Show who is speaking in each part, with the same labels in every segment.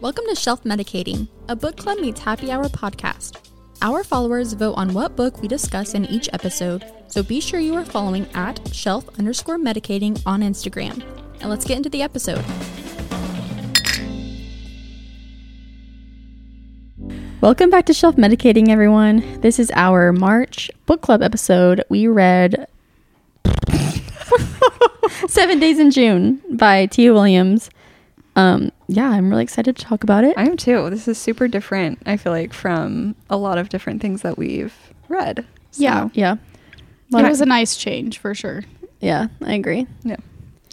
Speaker 1: Welcome to Shelf Medicating, a book club meets happy hour podcast. Our followers vote on what book we discuss in each episode, so be sure you are following at shelf underscore medicating on Instagram. And let's get into the episode. Welcome back to Shelf Medicating, everyone. This is our March book club episode. We read Seven Days in June by Tia Williams. Um, yeah, I'm really excited to talk about it.
Speaker 2: I am too. This is super different, I feel like, from a lot of different things that we've read. So,
Speaker 3: Yeah.
Speaker 1: yeah,
Speaker 3: it was a nice change for sure.
Speaker 1: yeah, I agree.
Speaker 2: Yeah.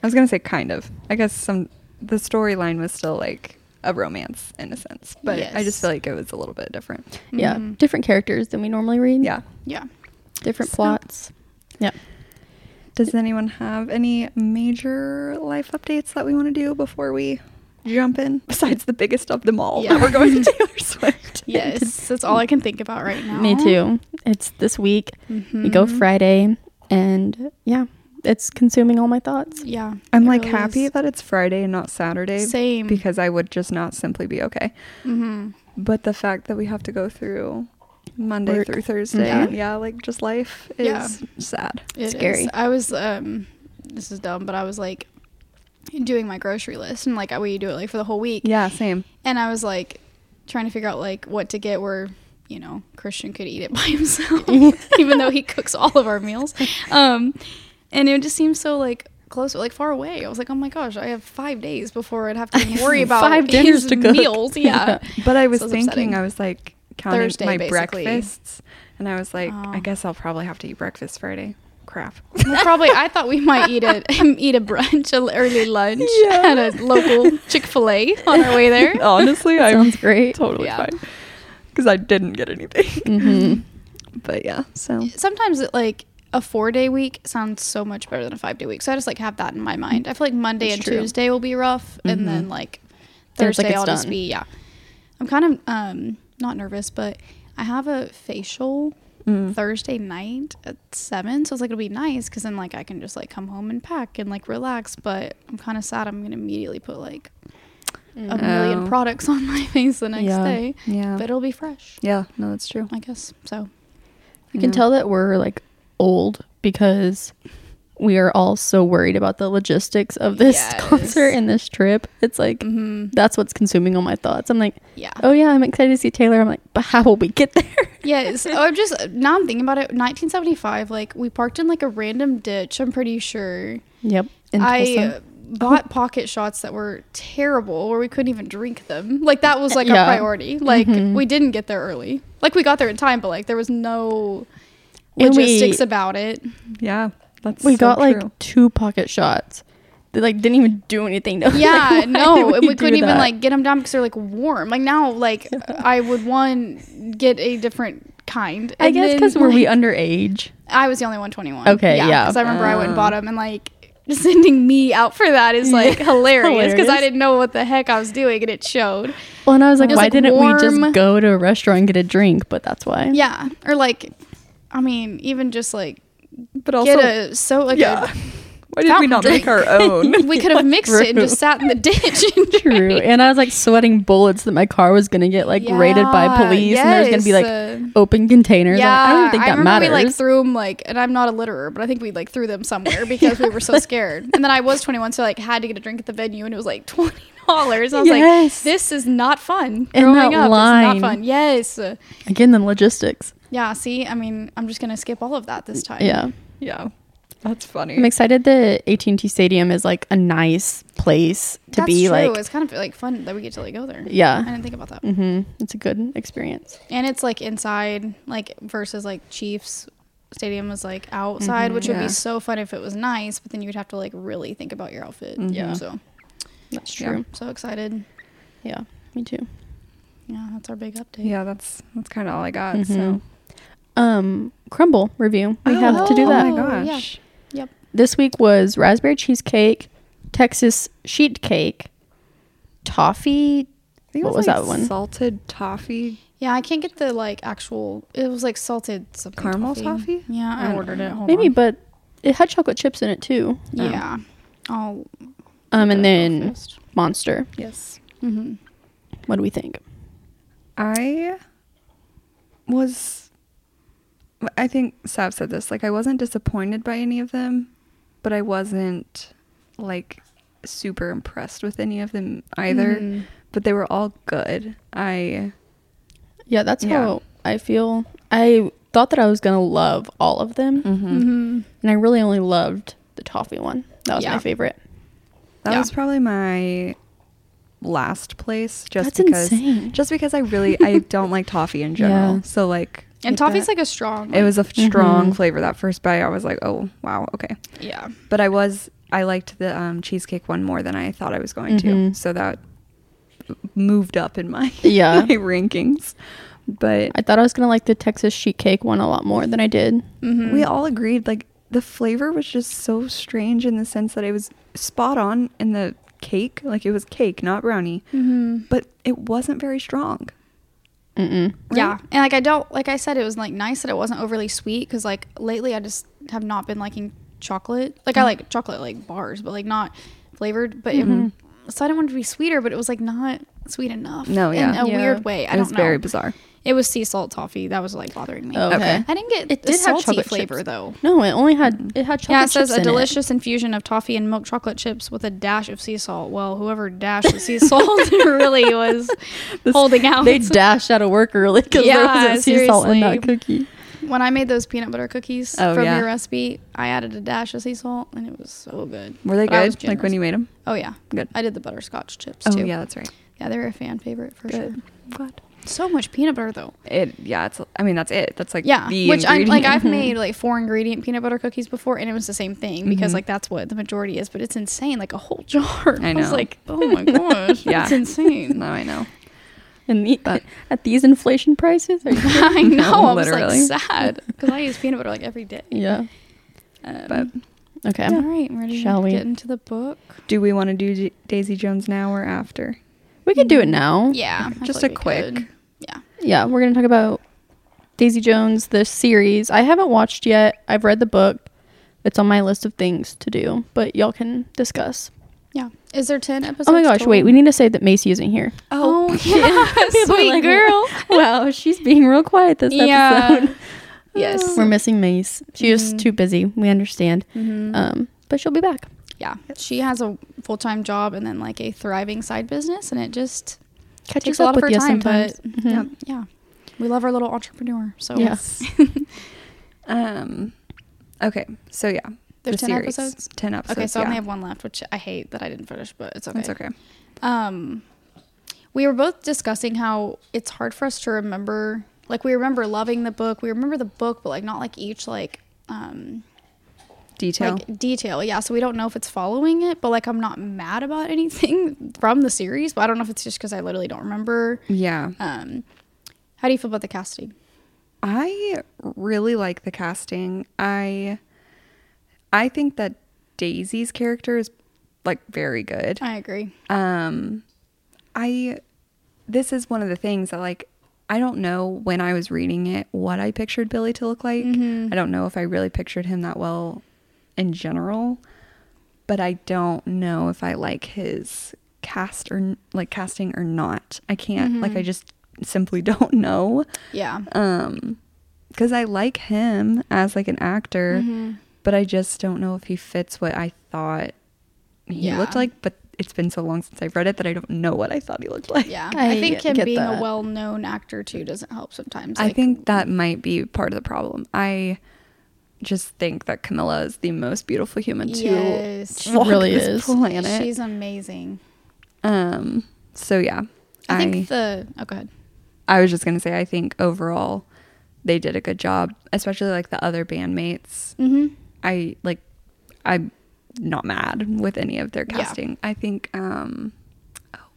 Speaker 2: I was going to say kind of. I guess some the storyline was still like a romance in a sense, but I just
Speaker 3: Yes.
Speaker 2: feel like it was a little bit different.
Speaker 1: Yeah,
Speaker 3: Mm-hmm.
Speaker 1: different characters than we normally read.
Speaker 2: Yeah.
Speaker 3: Yeah.
Speaker 1: different
Speaker 2: So-
Speaker 1: plots. Yeah.
Speaker 2: Does anyone have any major life updates that we want to do before we jump in? Besides the biggest of them all, that
Speaker 3: Yeah.
Speaker 2: we're going to Taylor Swift.
Speaker 3: Yes. That's all I can think about right now. Mm-hmm.
Speaker 1: Me too. It's this week. We go Friday, and yeah, it's consuming all my thoughts.
Speaker 3: Yeah.
Speaker 2: I'm
Speaker 3: it
Speaker 2: like
Speaker 3: really
Speaker 2: happy
Speaker 3: is.
Speaker 2: that it's Friday and not Saturday.
Speaker 3: Same.
Speaker 2: Because I would just not simply be okay.
Speaker 3: Mhm.
Speaker 2: But the fact that we have to go through Monday
Speaker 1: Work.
Speaker 2: through Thursday,
Speaker 1: Yeah.
Speaker 2: yeah. like just life is
Speaker 3: Yeah.
Speaker 2: sad.
Speaker 3: It is.
Speaker 1: Scary.
Speaker 3: I was um this is dumb, but I was like doing my grocery list and like we do it like for the whole week.
Speaker 2: Yeah, same.
Speaker 3: And I was like trying to figure out like what to get where, you know, Christian could eat it by himself, even though he cooks all of our meals. Um, and it just seems so like close, like far away. I was like, oh my gosh, I have five days before I'd have to even worry about
Speaker 1: Five dinners
Speaker 3: his
Speaker 1: to cook.
Speaker 3: meals. Yeah.
Speaker 2: But I was
Speaker 3: So it's
Speaker 2: thinking,
Speaker 3: upsetting.
Speaker 2: I was like counting
Speaker 3: Thursday,
Speaker 2: my
Speaker 3: basically.
Speaker 2: breakfasts, and I was like, I
Speaker 3: Oh.
Speaker 2: guess I'll probably have to eat breakfast Friday. Crap.
Speaker 3: Well, probably. I thought we might eat a eat a brunch, an early lunch
Speaker 2: Yeah.
Speaker 3: at a local Chick Fil A on our way there.
Speaker 2: Honestly, I'm
Speaker 1: Sounds great.
Speaker 2: totally
Speaker 3: Yeah.
Speaker 2: fine because I didn't get anything.
Speaker 1: Mhm.
Speaker 2: But Mm. yeah, so
Speaker 3: Sometimes it like a four day week sounds so much better than a five day week. So I just like have that in my mind. I feel like Monday
Speaker 1: It's
Speaker 3: and
Speaker 1: true. Mm-hmm.
Speaker 3: Tuesday will be rough, and then like
Speaker 1: Then it's
Speaker 3: Thursday
Speaker 1: like it's
Speaker 3: I'll just
Speaker 1: done.
Speaker 3: be yeah. I'm kind of um not nervous, but I have a facial
Speaker 1: Hmm.
Speaker 2: mm.
Speaker 3: Thursday night at seven, so it's like it'll be nice because then like I can just like come home and pack and like relax. But I'm kind of sad. I'm gonna immediately put like a million
Speaker 2: Oh.
Speaker 3: products on my face the next
Speaker 1: Mm. Yeah.
Speaker 3: day,
Speaker 2: yeah,
Speaker 3: but it'll be fresh,
Speaker 2: yeah, no, that's true.
Speaker 3: I guess. So
Speaker 1: You can
Speaker 2: Yeah.
Speaker 1: tell that we're like old because we are all so worried about the logistics of this
Speaker 3: Yes.
Speaker 1: concert and this trip. It's like that's what's consuming all my thoughts. I'm like,
Speaker 3: yeah.
Speaker 1: oh Mm-hmm. yeah, I'm excited to see Taylor. I'm like, but how will we get there?
Speaker 3: Yes. Oh, I'm just now I'm thinking about it. 1975. Like we parked in like a random ditch. I'm pretty sure.
Speaker 1: Yep. In
Speaker 3: I
Speaker 1: Tulsa.
Speaker 3: uh, bought pocket shots that were terrible, where we couldn't even drink them. Like that was like
Speaker 1: Yeah. Mm-hmm.
Speaker 3: our priority. Like we didn't get there early. Like we got there in time, but like there was no
Speaker 1: And we-
Speaker 3: logistics about it.
Speaker 2: Yeah, that's
Speaker 1: we
Speaker 2: so
Speaker 1: got like
Speaker 2: true.
Speaker 1: two pocket shots. They like didn't even do anything. To,
Speaker 3: Yeah,
Speaker 1: like, why
Speaker 3: no,
Speaker 1: did
Speaker 3: we,
Speaker 1: do
Speaker 3: couldn't even
Speaker 1: that?
Speaker 3: like get them down because they're like warm. Like now, like I would one get a different kind.
Speaker 1: I
Speaker 3: and
Speaker 1: guess
Speaker 3: then,
Speaker 1: because were
Speaker 3: like,
Speaker 1: we underage?
Speaker 3: I was the only one 21.
Speaker 1: Okay, yeah.
Speaker 3: Because I remember I went and bought them, and like sending me out for that is like hilarious because
Speaker 1: Hilarious.
Speaker 3: I didn't know what the heck I was doing, and it showed.
Speaker 1: Well, and I was like,
Speaker 3: It was,
Speaker 1: why
Speaker 3: like,
Speaker 1: didn't we
Speaker 3: warm.
Speaker 1: just go to a restaurant and get a drink? But that's why.
Speaker 3: Yeah, or like, I mean, even just like
Speaker 2: But also,
Speaker 3: get a so like
Speaker 2: yeah. Why did we
Speaker 3: fountain
Speaker 2: not make
Speaker 3: drink.
Speaker 2: our own?
Speaker 3: a, we could have mixed it and just sat in the ditch. And
Speaker 1: True. And I was like sweating bullets that my car was gonna get like raided by
Speaker 3: Yeah,
Speaker 1: police, and there's gonna be like
Speaker 3: yes, uh,
Speaker 1: open containers. I'm
Speaker 3: Yeah,
Speaker 1: like, I don't think
Speaker 3: I
Speaker 1: that
Speaker 3: remember
Speaker 1: matters.
Speaker 3: we like threw them like, and I'm not a litterer, but I think we like threw them somewhere because we were so scared. And then I was 21, so like had to get a drink at the venue, and it was like twenty dollars. I was
Speaker 1: Yes.
Speaker 3: like, this is not fun.
Speaker 1: And
Speaker 3: Growing
Speaker 1: that
Speaker 3: up
Speaker 1: line.
Speaker 3: is not fun. Yes.
Speaker 1: Again, the logistics.
Speaker 3: Yeah. See, I mean, I'm just gonna skip all of that this time.
Speaker 1: Yeah,
Speaker 2: yeah, that's funny.
Speaker 1: I'm excited that AT&T Stadium is like a nice place to
Speaker 3: That's
Speaker 1: be.
Speaker 3: true.
Speaker 1: Like,
Speaker 3: it's kind of like fun that we get to like go there. I
Speaker 1: yeah,
Speaker 3: didn't think about that.
Speaker 1: hmm it's a good experience.
Speaker 3: And it's like inside, like versus like Chiefs Stadium was like outside,
Speaker 1: Mm-hmm.
Speaker 3: which would
Speaker 2: Yeah.
Speaker 3: be so fun if it was nice, but then you would have to like really think about your outfit.
Speaker 1: Yeah.
Speaker 3: So
Speaker 1: That's
Speaker 2: Yeah.
Speaker 1: true.
Speaker 3: so excited.
Speaker 1: Yeah, me too.
Speaker 3: Yeah, that's our big update.
Speaker 2: yeah, that's that's kind of all I got.
Speaker 1: Mhm.
Speaker 2: So
Speaker 1: Um, crumble review. We have to do
Speaker 3: Oh.
Speaker 1: that.
Speaker 2: Oh my
Speaker 3: yeah.
Speaker 2: gosh.
Speaker 3: Yep.
Speaker 1: This week was raspberry cheesecake, Texas sheet cake, toffee.
Speaker 2: I think it
Speaker 1: What was
Speaker 2: like,
Speaker 1: that one?
Speaker 2: Salted toffee
Speaker 3: Yeah, I can't get the like actual. It was like salted something.
Speaker 2: caramel toffee. Oh.
Speaker 3: Yeah,
Speaker 2: I
Speaker 3: I,
Speaker 2: don't
Speaker 3: ordered it. Hold
Speaker 1: Maybe,
Speaker 3: on.
Speaker 1: but it had chocolate chips in it too.
Speaker 3: Yeah. I'll.
Speaker 1: Um, and
Speaker 3: I'll go
Speaker 1: then
Speaker 3: first.
Speaker 1: Monster.
Speaker 2: Yes.
Speaker 3: Mhm. What do we think?
Speaker 2: I was. I think Sav said this. Like, I wasn't disappointed by any of them, but I wasn't like super impressed with any of them either.
Speaker 1: Mm-hmm.
Speaker 3: Mm.
Speaker 2: But they were all good. I
Speaker 1: Yeah, that's
Speaker 2: Yeah.
Speaker 1: how I feel. I thought that I was gonna love all of them,
Speaker 3: Mm-hmm.
Speaker 1: and I really only loved the toffee one. That was
Speaker 3: Yeah.
Speaker 1: my favorite.
Speaker 2: that
Speaker 3: Yeah.
Speaker 2: was probably my last place. Just
Speaker 1: that's
Speaker 2: because.
Speaker 1: insane.
Speaker 2: Just because I really I don't like toffee in general.
Speaker 1: Yeah.
Speaker 2: So like
Speaker 3: And
Speaker 2: with
Speaker 3: toffee's
Speaker 2: that-
Speaker 3: like a strong.
Speaker 2: it was a strong
Speaker 1: Mhm.
Speaker 2: flavor that first bite. I was like, oh wow, okay.
Speaker 3: yeah.
Speaker 2: But I was I liked the um, cheesecake one more than I thought I was going to.
Speaker 1: Mhm.
Speaker 2: So that moved up in my
Speaker 1: Yeah.
Speaker 2: my rankings. But
Speaker 1: I thought I was gonna like the Texas sheet cake one a lot more than I did.
Speaker 3: Mm-hmm.
Speaker 2: we all agreed like the flavor was just so strange in the sense that it was spot on in the cake, like it was cake, not brownie,
Speaker 3: Mm-hmm.
Speaker 2: but it wasn't very strong.
Speaker 1: Mm-mm.
Speaker 2: right?
Speaker 3: Yeah, and like I don't like I said, it was like nice that it wasn't overly sweet because like lately I just have not been liking chocolate. Like
Speaker 2: Mm-hmm.
Speaker 3: I like chocolate like bars, but like not flavored. But it, so I didn't want it to be sweeter, but it was like not sweet enough.
Speaker 2: Mm-hmm. No, yeah.
Speaker 3: in a
Speaker 1: Yeah.
Speaker 3: weird way. I
Speaker 2: it was
Speaker 3: don't know.
Speaker 2: very bizarre.
Speaker 3: It was sea salt toffee that was like bothering me.
Speaker 1: Okay.
Speaker 2: Okay.
Speaker 3: I didn't get
Speaker 1: It
Speaker 3: the
Speaker 1: did have
Speaker 3: salty
Speaker 1: chocolate
Speaker 3: flavor
Speaker 1: chips.
Speaker 3: though.
Speaker 1: No, it only had it had chocolate
Speaker 3: yeah, it says
Speaker 1: chips
Speaker 3: a
Speaker 1: in it.
Speaker 3: delicious infusion of toffee and milk chocolate chips with a dash of sea salt. Well, whoever dashed the sea salt really was holding out.
Speaker 1: They dashed out of work early because there
Speaker 3: Yeah,
Speaker 1: wasn't sea salt in that
Speaker 3: seriously.
Speaker 1: cookie.
Speaker 3: When I made those peanut butter cookies
Speaker 2: Oh,
Speaker 3: from
Speaker 2: yeah.
Speaker 3: your recipe, I added a dash of sea salt, and it was so good.
Speaker 2: Were they
Speaker 3: But I was
Speaker 2: good? Like when
Speaker 3: generous.
Speaker 2: you made them?
Speaker 3: Oh yeah,
Speaker 2: Good.
Speaker 3: I did the butterscotch chips
Speaker 2: Oh
Speaker 3: too.
Speaker 2: yeah, that's right.
Speaker 3: yeah, they were a fan favorite for
Speaker 2: Good.
Speaker 3: sure.
Speaker 2: Glad.
Speaker 3: So much peanut butter though.
Speaker 2: It yeah, it's I mean that's it. That's like
Speaker 3: Yeah,
Speaker 2: the
Speaker 3: which I like.
Speaker 2: ingredient.
Speaker 3: I've made like four ingredient peanut butter cookies before, and it was the same thing because
Speaker 2: Mhm.
Speaker 3: like that's what the majority is. But it's insane, like a whole jar.
Speaker 2: I
Speaker 3: was
Speaker 2: know.
Speaker 3: like, oh my gosh,
Speaker 2: Yeah.
Speaker 3: that's insane.
Speaker 2: No, I know.
Speaker 1: And the,
Speaker 2: But-
Speaker 1: at these inflation prices, are you kidding?
Speaker 3: I know. I was
Speaker 2: Literally.
Speaker 3: like sad because I use peanut butter like every day.
Speaker 1: yeah.
Speaker 3: Um,
Speaker 2: But
Speaker 1: Okay.
Speaker 3: all right, I'm ready.
Speaker 1: Shall
Speaker 3: to
Speaker 1: we?
Speaker 3: get into the book?
Speaker 2: do we want to do D- Daisy Jones now or after?
Speaker 1: We could do it now.
Speaker 3: Yeah, I
Speaker 2: Just a
Speaker 3: feel like we
Speaker 2: quick.
Speaker 3: could. Yeah.
Speaker 1: Yeah, we're gonna talk about Daisy Jones, the series. I haven't watched yet. I've read the book. It's on my list of things to do, but y'all can discuss.
Speaker 3: Yeah. Is there 10 episodes?
Speaker 1: oh my gosh, wait, we need to say that Macy isn't here.
Speaker 3: Oh, yeah.
Speaker 1: People are
Speaker 3: Sweet
Speaker 1: like,
Speaker 3: girl.
Speaker 1: wow, she's being real quiet this episode.
Speaker 3: yes.
Speaker 1: We're missing Mace. She was
Speaker 3: Mhm.
Speaker 1: too busy. We understand.
Speaker 3: Mhm.
Speaker 1: Um, but she'll be back.
Speaker 3: yeah. She has a full time job and then like a thriving side business, and it just
Speaker 1: Catches
Speaker 3: takes a lot
Speaker 1: up
Speaker 3: of her
Speaker 1: with you
Speaker 3: time.
Speaker 1: sometimes.
Speaker 3: But
Speaker 1: Mhm.
Speaker 2: Yep.
Speaker 3: yeah, we love our little entrepreneur. So
Speaker 1: Yeah.
Speaker 2: um. Okay. So yeah,
Speaker 3: there's
Speaker 2: the
Speaker 3: 10
Speaker 2: series.
Speaker 3: episodes.
Speaker 2: Ten episodes.
Speaker 3: Okay, so I
Speaker 2: yeah.
Speaker 3: only have one left, which I hate that I didn't finish, but it's okay.
Speaker 2: It's okay.
Speaker 3: um we were both discussing how it's hard for us to remember like we remember loving the book we remember the book but like not like each like um
Speaker 2: Detail.
Speaker 3: like detail yeah so we don't know if it's following it but like i'm not mad about anything from the series but i don't know if it's just because i literally don't remember
Speaker 2: yeah.
Speaker 3: um how do you feel about the casting
Speaker 2: I really like the casting. I I think that Daisy's character is like very good.
Speaker 3: i agree
Speaker 2: um i this is one of the things that like i don't know when i was reading it what i pictured billy to look like i don't know if i really pictured him that well in general but i don't know if i like his cast or like casting or not i can't like i just simply don't know
Speaker 3: yeah
Speaker 2: um because i like him as like an actor
Speaker 3: Mm-hmm.
Speaker 2: but i just don't know if he fits what i thought he
Speaker 3: Yeah.
Speaker 2: looked like but it's been so long since i've read it that i don't know what i thought he looked like
Speaker 3: yeah i,
Speaker 1: I
Speaker 3: think him
Speaker 1: get
Speaker 3: being
Speaker 1: that.
Speaker 3: a well-known actor too doesn't help sometimes
Speaker 2: i
Speaker 3: like- mm-hmm.
Speaker 2: think that might be part of the problem i just think that camilla is the most beautiful human to
Speaker 3: yes
Speaker 1: She
Speaker 2: walk
Speaker 1: really
Speaker 2: this
Speaker 1: is.
Speaker 2: planet
Speaker 3: she's amazing
Speaker 2: um so yeah
Speaker 3: i think the oh go ahead
Speaker 2: I was just gonna say I think overall they did a good job, especially like the other bandmates.
Speaker 3: Mhm.
Speaker 2: I like I'm not mad with any of their
Speaker 3: Yeah.
Speaker 2: casting. I think um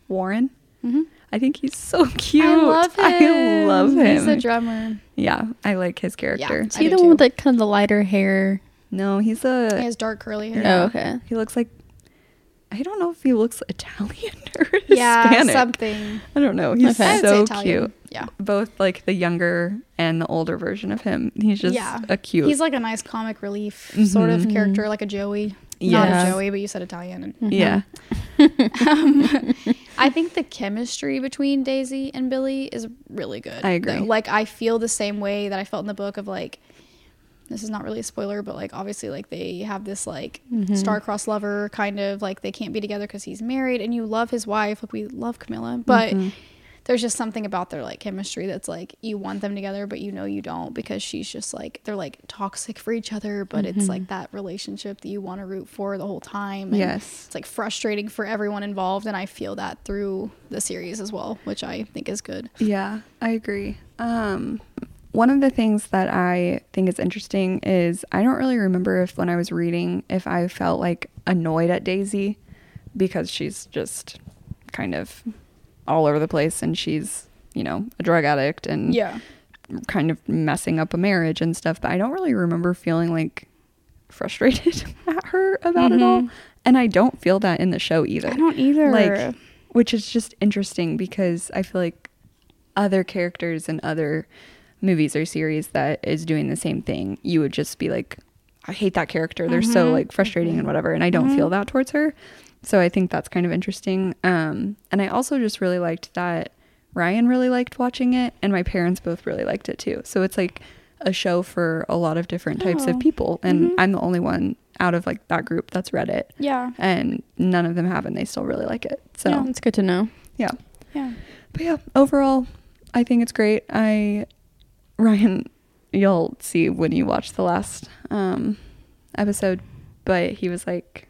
Speaker 2: Warren.
Speaker 3: Mhm.
Speaker 2: I think he's so cute.
Speaker 3: I love him.
Speaker 2: I love
Speaker 3: He's a
Speaker 2: him.
Speaker 3: drummer.
Speaker 2: yeah, I like his character.
Speaker 1: Is
Speaker 3: I
Speaker 1: he
Speaker 3: do
Speaker 1: the
Speaker 3: too.
Speaker 1: one with like kind of the lighter hair?
Speaker 2: No, he's
Speaker 3: He
Speaker 2: a
Speaker 3: has dark curly hair.
Speaker 2: Yeah.
Speaker 1: Oh, okay.
Speaker 2: he looks like I don't know if he looks Italian or
Speaker 3: Yeah,
Speaker 2: Hispanic.
Speaker 3: something.
Speaker 2: I don't know. He's
Speaker 1: Okay. I
Speaker 3: would say
Speaker 2: so
Speaker 3: Italian.
Speaker 2: cute.
Speaker 3: Yeah.
Speaker 2: Both like the younger and the older version of him. He's just
Speaker 3: Yeah.
Speaker 2: a cute
Speaker 3: He's like a nice comic relief sort of
Speaker 2: Mhm.
Speaker 3: character, like a Joey. Not
Speaker 1: Yeah.
Speaker 3: a Joey, but you said Italian. And
Speaker 4: Um,
Speaker 2: Yeah.
Speaker 3: I think the
Speaker 4: chemistry between Daisy and Billy is really good.
Speaker 2: I agree.
Speaker 4: Like I feel the same way that I felt in the book of like this is not really a spoiler, but like obviously like they have this like
Speaker 2: Mm-hmm.
Speaker 4: star-crossed lover kind of like they can't be together cuz he's married and you love his wife. Like we love Camilla, but
Speaker 2: Mm-hmm.
Speaker 4: there's just something about their like chemistry that's like you want them together but you know you don't because she's just like they're like toxic for each other, but it's
Speaker 3: Mm-hmm.
Speaker 4: like that relationship that you want to root for the whole time. and
Speaker 2: Yes.
Speaker 4: it's like frustrating for everyone involved and i feel that through the series as well which i think is good
Speaker 2: Yeah, I agree. Um, one of the things that I think is interesting is I don't really remember if when I was reading if I felt like annoyed at Daisy because she's just kind of all over the place and she's, you know, a drug addict and kind of messing up a marriage and stuff, but I don't really remember feeling like frustrated at her about it all. And I don't feel that in the show either.
Speaker 4: Mm-hmm. I don't either.
Speaker 2: Like, which is just interesting because I feel like other characters in other movies or series that is doing the same thing, you would just be like, I hate that character. They're so like frustrating and whatever. And I don't feel that towards her. So I think that's kind of interesting. Um, and I also just really liked that Ryan really liked watching it, and my parents both really liked it too. So it's like a show for a lot of different types
Speaker 4: Oh.
Speaker 2: of people, and I'm the only one out of like that group that's read it,
Speaker 4: yeah
Speaker 2: and none of them have, and they still really like it. So
Speaker 1: yeah, it's good to know.
Speaker 2: yeah,
Speaker 4: yeah
Speaker 2: but yeah, overall, I think it's great. I Ryan, you'll see when you watch the last um, episode, but he was like,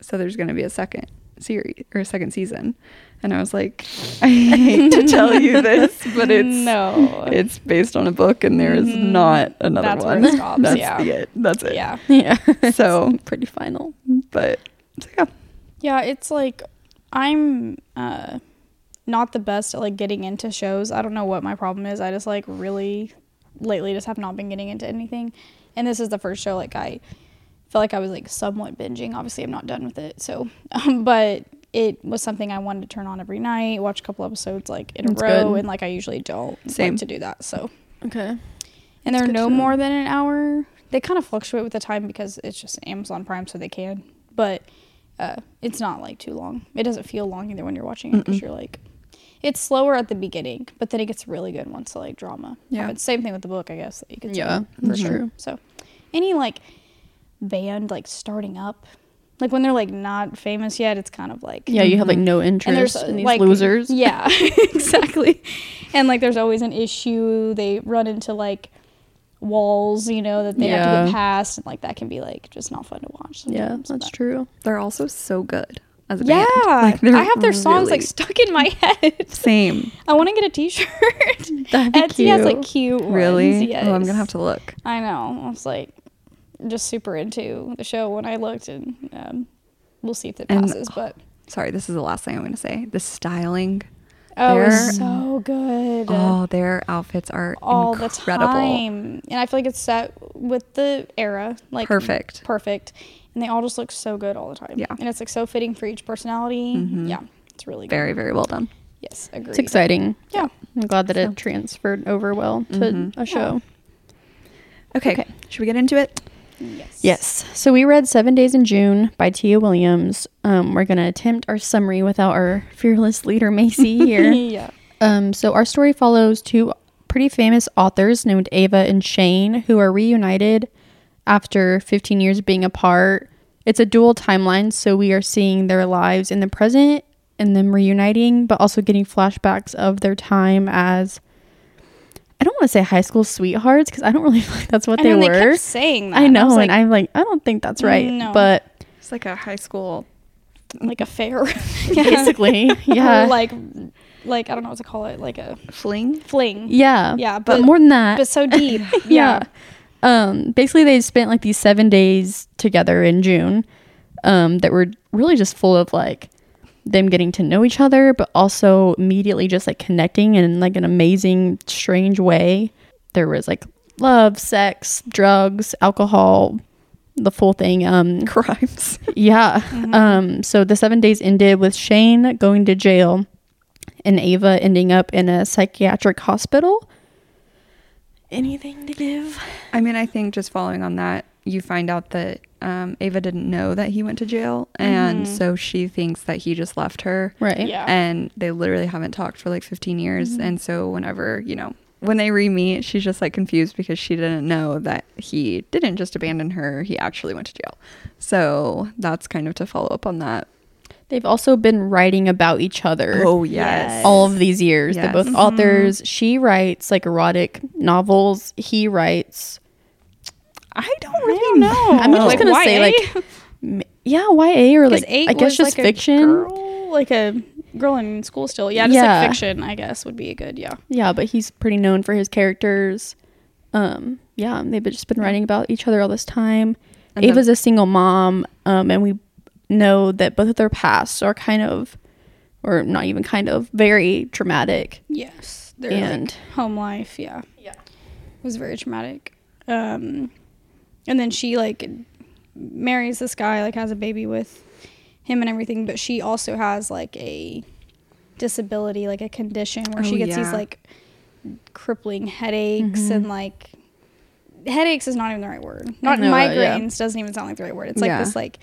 Speaker 2: "So there's going to be a second series or a second season," and I was like, "I hate to tell you this, but it's
Speaker 3: no.
Speaker 2: it's based on a book, and there is not another
Speaker 3: That's where
Speaker 2: one.
Speaker 3: it stops,
Speaker 2: Mm, That's
Speaker 3: yeah.
Speaker 2: the it. That's it.
Speaker 3: yeah.
Speaker 1: Yeah.
Speaker 2: So,
Speaker 1: Pretty final.
Speaker 2: but so yeah,
Speaker 3: Yeah, it's like I'm uh not the best at like getting into shows. I don't know what my problem is. I just like really lately just have not been getting into anything. And this is the first show like I felt like I was like somewhat binging. Obviously, I'm not done with it. So, um, but it was something I wanted to turn on every night, watch a couple episodes like in a
Speaker 1: That's
Speaker 3: row
Speaker 1: good.
Speaker 3: and like I usually don't
Speaker 2: Same.
Speaker 3: like to do that. So,
Speaker 1: Okay.
Speaker 3: and they're
Speaker 1: good
Speaker 3: no
Speaker 1: to know.
Speaker 3: more than an hour. They kind of fluctuate with the time because it's just Amazon Prime, so they can. But uh, it's not like too long. It doesn't feel long either when you're watching it because you're like, it's slower at the beginning, but then it gets really good once the like drama.
Speaker 2: Yeah.
Speaker 3: happens. same thing with the book, I guess. That you could
Speaker 1: Yeah, Mm-hmm.
Speaker 3: say.
Speaker 1: for sure.
Speaker 3: So, any like band like starting up, like when they're like not famous yet, it's kind of like
Speaker 1: Yeah, you have like no interest
Speaker 3: uh,
Speaker 1: in these losers.
Speaker 3: Yeah, exactly. And like, there's always an issue. They run into like walls, you know, that they have to
Speaker 1: Yeah.
Speaker 3: get past, and like that can be like just not fun to watch.
Speaker 1: Yeah,
Speaker 3: sometimes,
Speaker 1: that's
Speaker 3: but-
Speaker 1: true.
Speaker 2: they're also so good as a
Speaker 3: Yeah,
Speaker 2: band. Like, they're
Speaker 3: I have their songs
Speaker 2: really-
Speaker 3: like stuck in my head.
Speaker 2: same.
Speaker 3: I want to get a T-shirt.
Speaker 1: That'd be
Speaker 3: Etsy has like
Speaker 1: cute.
Speaker 3: cute.
Speaker 2: Really?
Speaker 3: Ones.
Speaker 2: Oh, I'm gonna
Speaker 3: yes.
Speaker 2: have to look.
Speaker 3: I know. I was like, just super into the show when I looked, and um, we'll see if it
Speaker 2: And-
Speaker 3: passes. but
Speaker 2: Sorry, this is the last thing I'm gonna say. The styling.
Speaker 3: oh, it
Speaker 2: They're-
Speaker 3: was so good.
Speaker 2: Oh, their outfits are
Speaker 3: all
Speaker 2: incredible.
Speaker 3: the time. And I feel like it's set with the era, like
Speaker 2: Perfect.
Speaker 3: perfect. And they all just look so good all the time.
Speaker 2: Yeah.
Speaker 3: and it's like so fitting for each personality. Yeah, it's really good.
Speaker 2: Very, very well done.
Speaker 3: yes, agree.
Speaker 1: It's exciting.
Speaker 3: Yeah,
Speaker 1: I'm glad that it transferred over well to a show.
Speaker 2: Okay. Should we get into it?
Speaker 3: yes,
Speaker 1: Yes. So we read Seven Days in June by Tia Williams. Um, we're going to attempt our summary without our fearless leader, Macy, here.
Speaker 3: yeah.
Speaker 1: um, so our story follows two pretty famous authors named Ava and Shane who are reunited after 15 years being apart. It's a dual timeline. So we are seeing their lives in the present and them reuniting, but also getting flashbacks of their time as. I don't want to say high school sweethearts because I don't really feel like that's what
Speaker 3: I
Speaker 1: they
Speaker 3: know,
Speaker 1: were.
Speaker 3: they kept saying that.
Speaker 1: I
Speaker 3: and
Speaker 1: know,
Speaker 3: was
Speaker 1: and I'm like, I don't think that's right.
Speaker 3: No.
Speaker 1: But
Speaker 2: It's like a high school.
Speaker 3: like, like a fair,
Speaker 1: basically, yeah,
Speaker 3: Or like, like I don't know what to call it, like a
Speaker 2: Fling.
Speaker 3: fling.
Speaker 1: yeah,
Speaker 3: Yeah,
Speaker 1: But,
Speaker 3: but-
Speaker 1: more than that,
Speaker 3: But so deep.
Speaker 1: yeah.
Speaker 3: Yeah.
Speaker 1: Um, basically, they spent like these seven days together in June, um, that were really just full of like them getting to know each other, but also immediately just like connecting in like an amazing, strange way. There was like love, sex, drugs, alcohol, the full thing. Um,
Speaker 2: Crimes.
Speaker 1: Yeah. Um, so the seven days ended with Shane going to jail and Ava ending up in a psychiatric hospital. Anything to give?
Speaker 2: I mean, I think just following on that, you find out that um, Ava didn't know that he went to jail, and so she thinks that he just left her.
Speaker 1: Right.
Speaker 3: Yeah.
Speaker 2: And they literally haven't talked for like 15 years, and so whenever you know when they re meet, she's just like confused because she didn't know that he didn't just abandon her; he actually went to jail. So that's kind of to follow up on that.
Speaker 1: They've also been writing about each other
Speaker 2: Oh, yes,
Speaker 1: all of these years. They're
Speaker 2: Yes.
Speaker 1: both
Speaker 3: Mm-hmm.
Speaker 1: authors. She writes like erotic novels. He writes.
Speaker 2: I don't really know.
Speaker 1: I'm just
Speaker 3: Oh, Like
Speaker 1: gonna say
Speaker 3: YA?
Speaker 1: like, m- yeah, YA or like I guess just
Speaker 3: A
Speaker 1: fiction.
Speaker 3: girl, like a girl in school still. Yeah, just
Speaker 1: Yeah.
Speaker 3: like fiction, I guess, would be a good, yeah.
Speaker 1: Yeah, but he's pretty known for his characters. Um, yeah, and they've just been writing about each other all this time.
Speaker 2: And the-
Speaker 1: Ava's a single mom, um, and we know that both of their pasts are kind of, or not even kind of, very dramatic.
Speaker 3: Yes. Their
Speaker 1: And-
Speaker 3: and home life, yeah. Yeah. Was very traumatic. Um and then she like marries this guy, like has a baby with him and everything, but she also has like a disability, like a condition
Speaker 2: Oh,
Speaker 3: where she gets
Speaker 2: yeah. Mm-hmm.
Speaker 3: these like crippling headaches and like headaches is not even the right word. Not
Speaker 1: know, uh,
Speaker 3: migraines
Speaker 1: yeah.
Speaker 3: doesn't even sound like the right word. It's like
Speaker 2: Yeah.
Speaker 3: this like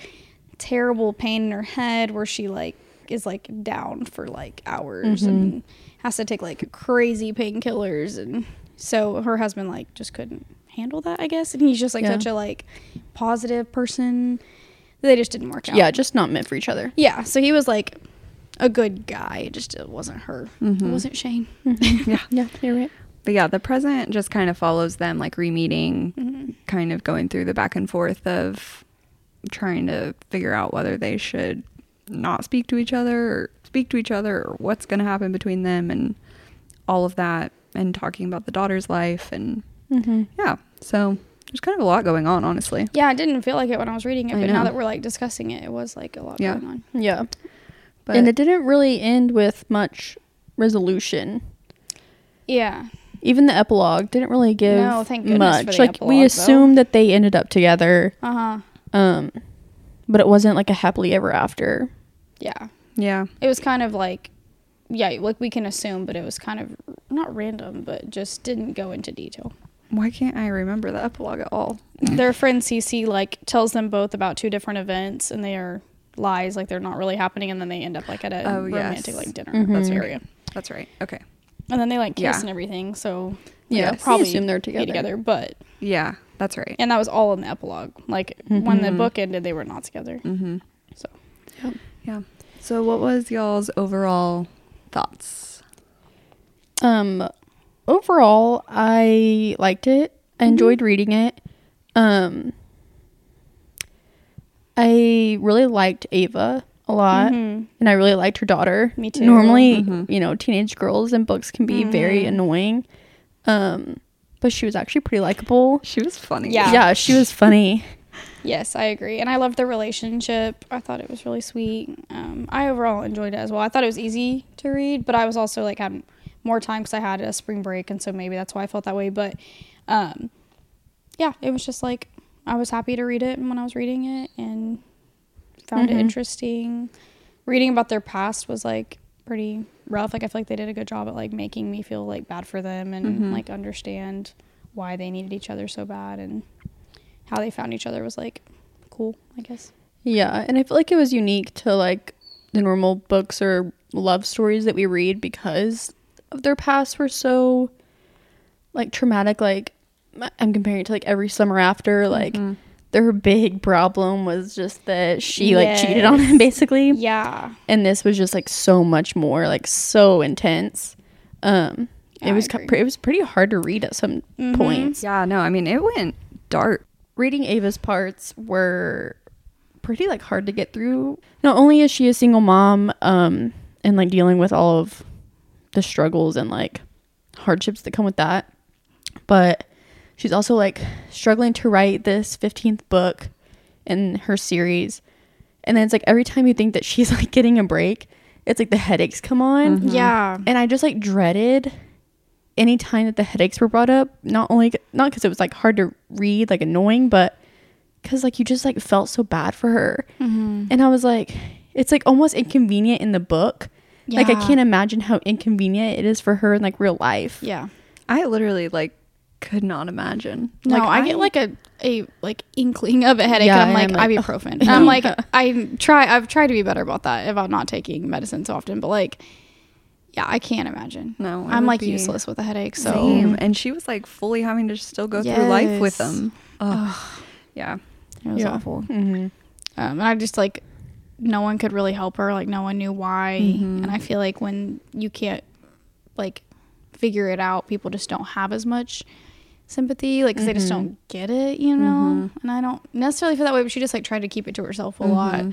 Speaker 3: terrible pain in her head where she like is like down for like hours
Speaker 2: Mm-hmm.
Speaker 3: and has to take like crazy painkillers and so her husband like just couldn't handle that I guess and he's just like
Speaker 1: Yeah.
Speaker 3: such a like positive person they just didn't work out
Speaker 1: Yeah, just not meant for each other.
Speaker 3: yeah so he was like a good guy it just it wasn't her it wasn't Shane
Speaker 1: Yeah, you're right.
Speaker 2: But yeah, the present just kind of follows them, like re meeting,
Speaker 1: Mm-hmm.
Speaker 2: kind of going through the back and forth of trying to figure out whether they should not speak to each other or speak to each other or what's going to happen between them and all of that, and talking about the daughter's life. And
Speaker 3: Mm-hmm.
Speaker 2: yeah, so there's kind of a lot going on, honestly.
Speaker 3: yeah I didn't feel like it when I was reading it
Speaker 2: I
Speaker 3: but now
Speaker 2: know.
Speaker 3: that we're like discussing it it was like a lot
Speaker 2: Yeah.
Speaker 3: going on
Speaker 1: Yeah,
Speaker 2: But
Speaker 1: and it didn't really end with much resolution.
Speaker 3: yeah
Speaker 1: Even the epilogue didn't really give
Speaker 3: No, thank goodness for
Speaker 1: much.
Speaker 3: the
Speaker 1: like we
Speaker 3: epilogue,
Speaker 1: assumed that they ended up together,
Speaker 3: uh-huh
Speaker 1: um, but it wasn't like a happily ever after.
Speaker 3: yeah
Speaker 2: yeah,
Speaker 3: it was kind of like yeah like we can assume but it was kind of not random but just didn't go into detail
Speaker 2: why can't I remember the epilogue at all?
Speaker 3: their friend cc like tells them both about two different events and they are lies like they're not really happening and then they end up like at a
Speaker 2: Oh, yes.
Speaker 3: romantic like dinner
Speaker 1: Mm-hmm.
Speaker 2: That's
Speaker 1: Mm.
Speaker 3: area
Speaker 2: That's right. Okay.
Speaker 3: and then they like kiss
Speaker 2: Yeah.
Speaker 3: and everything so
Speaker 1: Yeah,
Speaker 3: they'll
Speaker 1: we assume they're
Speaker 3: be
Speaker 1: together.
Speaker 3: but
Speaker 2: Yeah, that's right.
Speaker 3: and that was all in the epilogue like when
Speaker 1: Mm-hmm.
Speaker 3: the book ended they were not together
Speaker 2: Mm-hmm.
Speaker 3: so
Speaker 2: Yeah. So, what was y'all's overall thoughts?
Speaker 1: Um, overall, I liked it.
Speaker 3: Mm-hmm.
Speaker 1: I enjoyed reading it. Um, I really liked Ava a lot, and I really liked her daughter.
Speaker 3: Mm-hmm. Me too.
Speaker 1: Normally, you know, teenage girls in books can be
Speaker 3: Mm-hmm.
Speaker 1: very annoying. Um, but she was actually pretty likable.
Speaker 2: She was funny.
Speaker 3: Yeah.
Speaker 1: yeah, she was funny.
Speaker 3: Yes, I agree. And I loved the relationship. I thought it was really sweet. Um, I overall enjoyed it as well. I thought it was easy to read, but I was also like had more time because I had a spring break. And so maybe that's why I felt that way. But um, yeah, it was just like I was happy to read it when I was reading it and found it interesting. Reading about their past was like pretty rough. Like I feel like they did a good job at like making me feel like bad for them and like understand why they needed each other so bad and how they found each other was like cool, I guess.
Speaker 1: Yeah, and I feel like it was unique to like the normal books or love stories that we read because of their past were so like traumatic. Like I'm comparing it to like every summer after. Like
Speaker 3: Mm-hmm.
Speaker 1: their big problem was just that she like cheated on him basically,
Speaker 3: Yeah.
Speaker 1: and this was just like so much more like so intense. Um,
Speaker 3: I
Speaker 1: it was cu-
Speaker 3: agree. Mm-hmm.
Speaker 1: it was pretty hard to read at some points.
Speaker 2: Yeah, no, I mean, it went dark.
Speaker 1: reading Ava's parts were pretty like hard to get through. Not only is she a single mom, um, and like dealing with all of the struggles and like hardships that come with that, but she's also like struggling to write this 15th book in her series. And then it's like every time you think that she's like getting a break, it's like the headaches come on.
Speaker 2: Mm-hmm.
Speaker 3: Mm-hmm. Yeah.
Speaker 1: And I just like dreaded any time that the headaches were brought up. Not only not because it was like hard to read, like annoying, but because like you just like felt so bad for her.
Speaker 3: Mm-hmm.
Speaker 1: And I was like, it's like almost inconvenient in the book. Like I
Speaker 3: Yeah.
Speaker 1: can't imagine how inconvenient it is for her in like real life.
Speaker 3: Yeah.
Speaker 2: I literally like could not imagine.
Speaker 3: No, I, get like a a like inkling of a headache.
Speaker 1: Yeah,
Speaker 3: and I'm
Speaker 1: and
Speaker 3: like
Speaker 1: I'm
Speaker 3: ibuprofen. and I'm like I try. I've tried to be better about that about not taking medicine so often. But like, yeah, I can't imagine.
Speaker 2: No, I
Speaker 3: I'm
Speaker 2: would
Speaker 3: like
Speaker 2: be-
Speaker 3: useless with a headache. So
Speaker 2: Same. And she was like fully having to still go through life with
Speaker 3: Yes.
Speaker 2: them. Ugh. Yeah.
Speaker 3: it was
Speaker 1: Yeah.
Speaker 3: awful.
Speaker 1: Mm-hmm.
Speaker 3: Um, and I just like no one could really help her. Like no one knew why.
Speaker 2: Mm-hmm.
Speaker 3: And I feel like when you can't like figure it out, people just don't have as much sympathy. Like 'cause they just
Speaker 2: Mm-hmm.
Speaker 3: don't get it, you know. And I don't necessarily feel that way. But she just like tried to keep it to herself a lot.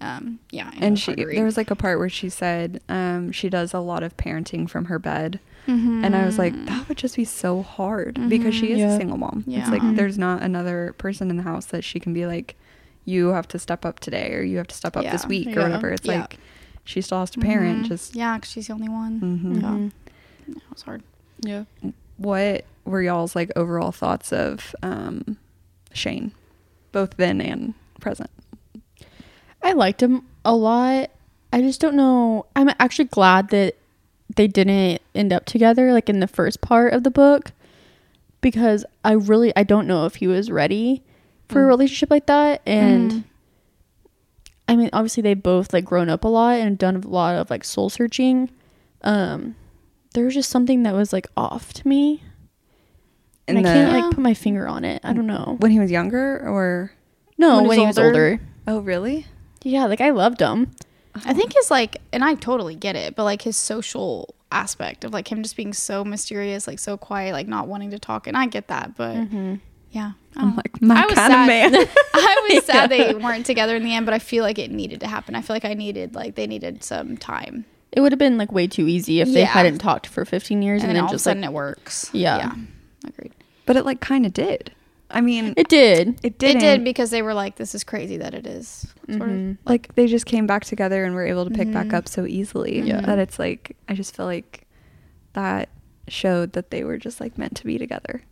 Speaker 3: Um, yeah. it
Speaker 2: Mm-hmm. and
Speaker 3: was
Speaker 2: she
Speaker 3: hard to read.
Speaker 2: there was like a part where she said um, she does a lot of parenting from her bed
Speaker 3: Mm-hmm.
Speaker 2: and i was like
Speaker 3: Mm.
Speaker 2: that would just be so hard because she is
Speaker 1: Yeah.
Speaker 2: a single mom it's
Speaker 3: Yeah.
Speaker 2: like there's not another person in the house that she can be like you have to step up today or you have to step up this
Speaker 3: Yeah.
Speaker 2: week or
Speaker 3: Yeah.
Speaker 2: whatever it's
Speaker 3: Yeah.
Speaker 2: like she still has to parent
Speaker 3: Mhm.
Speaker 2: just
Speaker 3: yeah, 'cause she's the only one.
Speaker 1: Mm-hmm.
Speaker 2: Mhm.
Speaker 3: Yeah. Yeah, it was hard.
Speaker 1: Yeah.
Speaker 2: what were y'all's like overall thoughts of um, shane both then and present
Speaker 1: I liked him a lot. I just don't know. I'm actually glad that they didn't end up together like in the first part of the book because I really I don't know if he was ready for
Speaker 3: Mm.
Speaker 1: a relationship like that and
Speaker 3: Mm-hmm.
Speaker 1: I mean obviously they both like grown up a lot and done a lot of like soul searching. Um there was just something that was like off to me and, I can't like put my finger on it. I don't know.
Speaker 2: when he was younger or
Speaker 1: No,
Speaker 3: When he was
Speaker 1: when he was
Speaker 3: older?
Speaker 1: older.
Speaker 2: oh really
Speaker 1: Yeah, like I loved him.
Speaker 3: I think his like, and I totally get it, but like his social aspect of like him just being so mysterious, like so quiet, like not wanting to talk, and I get that, but yeah, I don't know.
Speaker 2: like my
Speaker 3: I was
Speaker 2: kind of
Speaker 3: sad.
Speaker 2: man
Speaker 3: I was sad they weren't together in the end, but I feel like it needed to happen. I feel like I needed like they needed some time,
Speaker 1: It would have been like way too easy if they
Speaker 3: Yeah.
Speaker 1: hadn't talked for 15 years and,
Speaker 3: and then,
Speaker 1: then
Speaker 3: all of a
Speaker 1: just
Speaker 3: sudden
Speaker 1: like
Speaker 3: it works.
Speaker 1: Yeah.
Speaker 3: agreed.
Speaker 2: But it like kind of did. I mean, it,
Speaker 1: it did.
Speaker 2: didn't. Mm-hmm.
Speaker 3: It did because they were like, "This is crazy that it is." Sort of.
Speaker 2: like they just came back together and were able to pick back up so easily that it's like I just feel like that showed that they were just like meant to be together.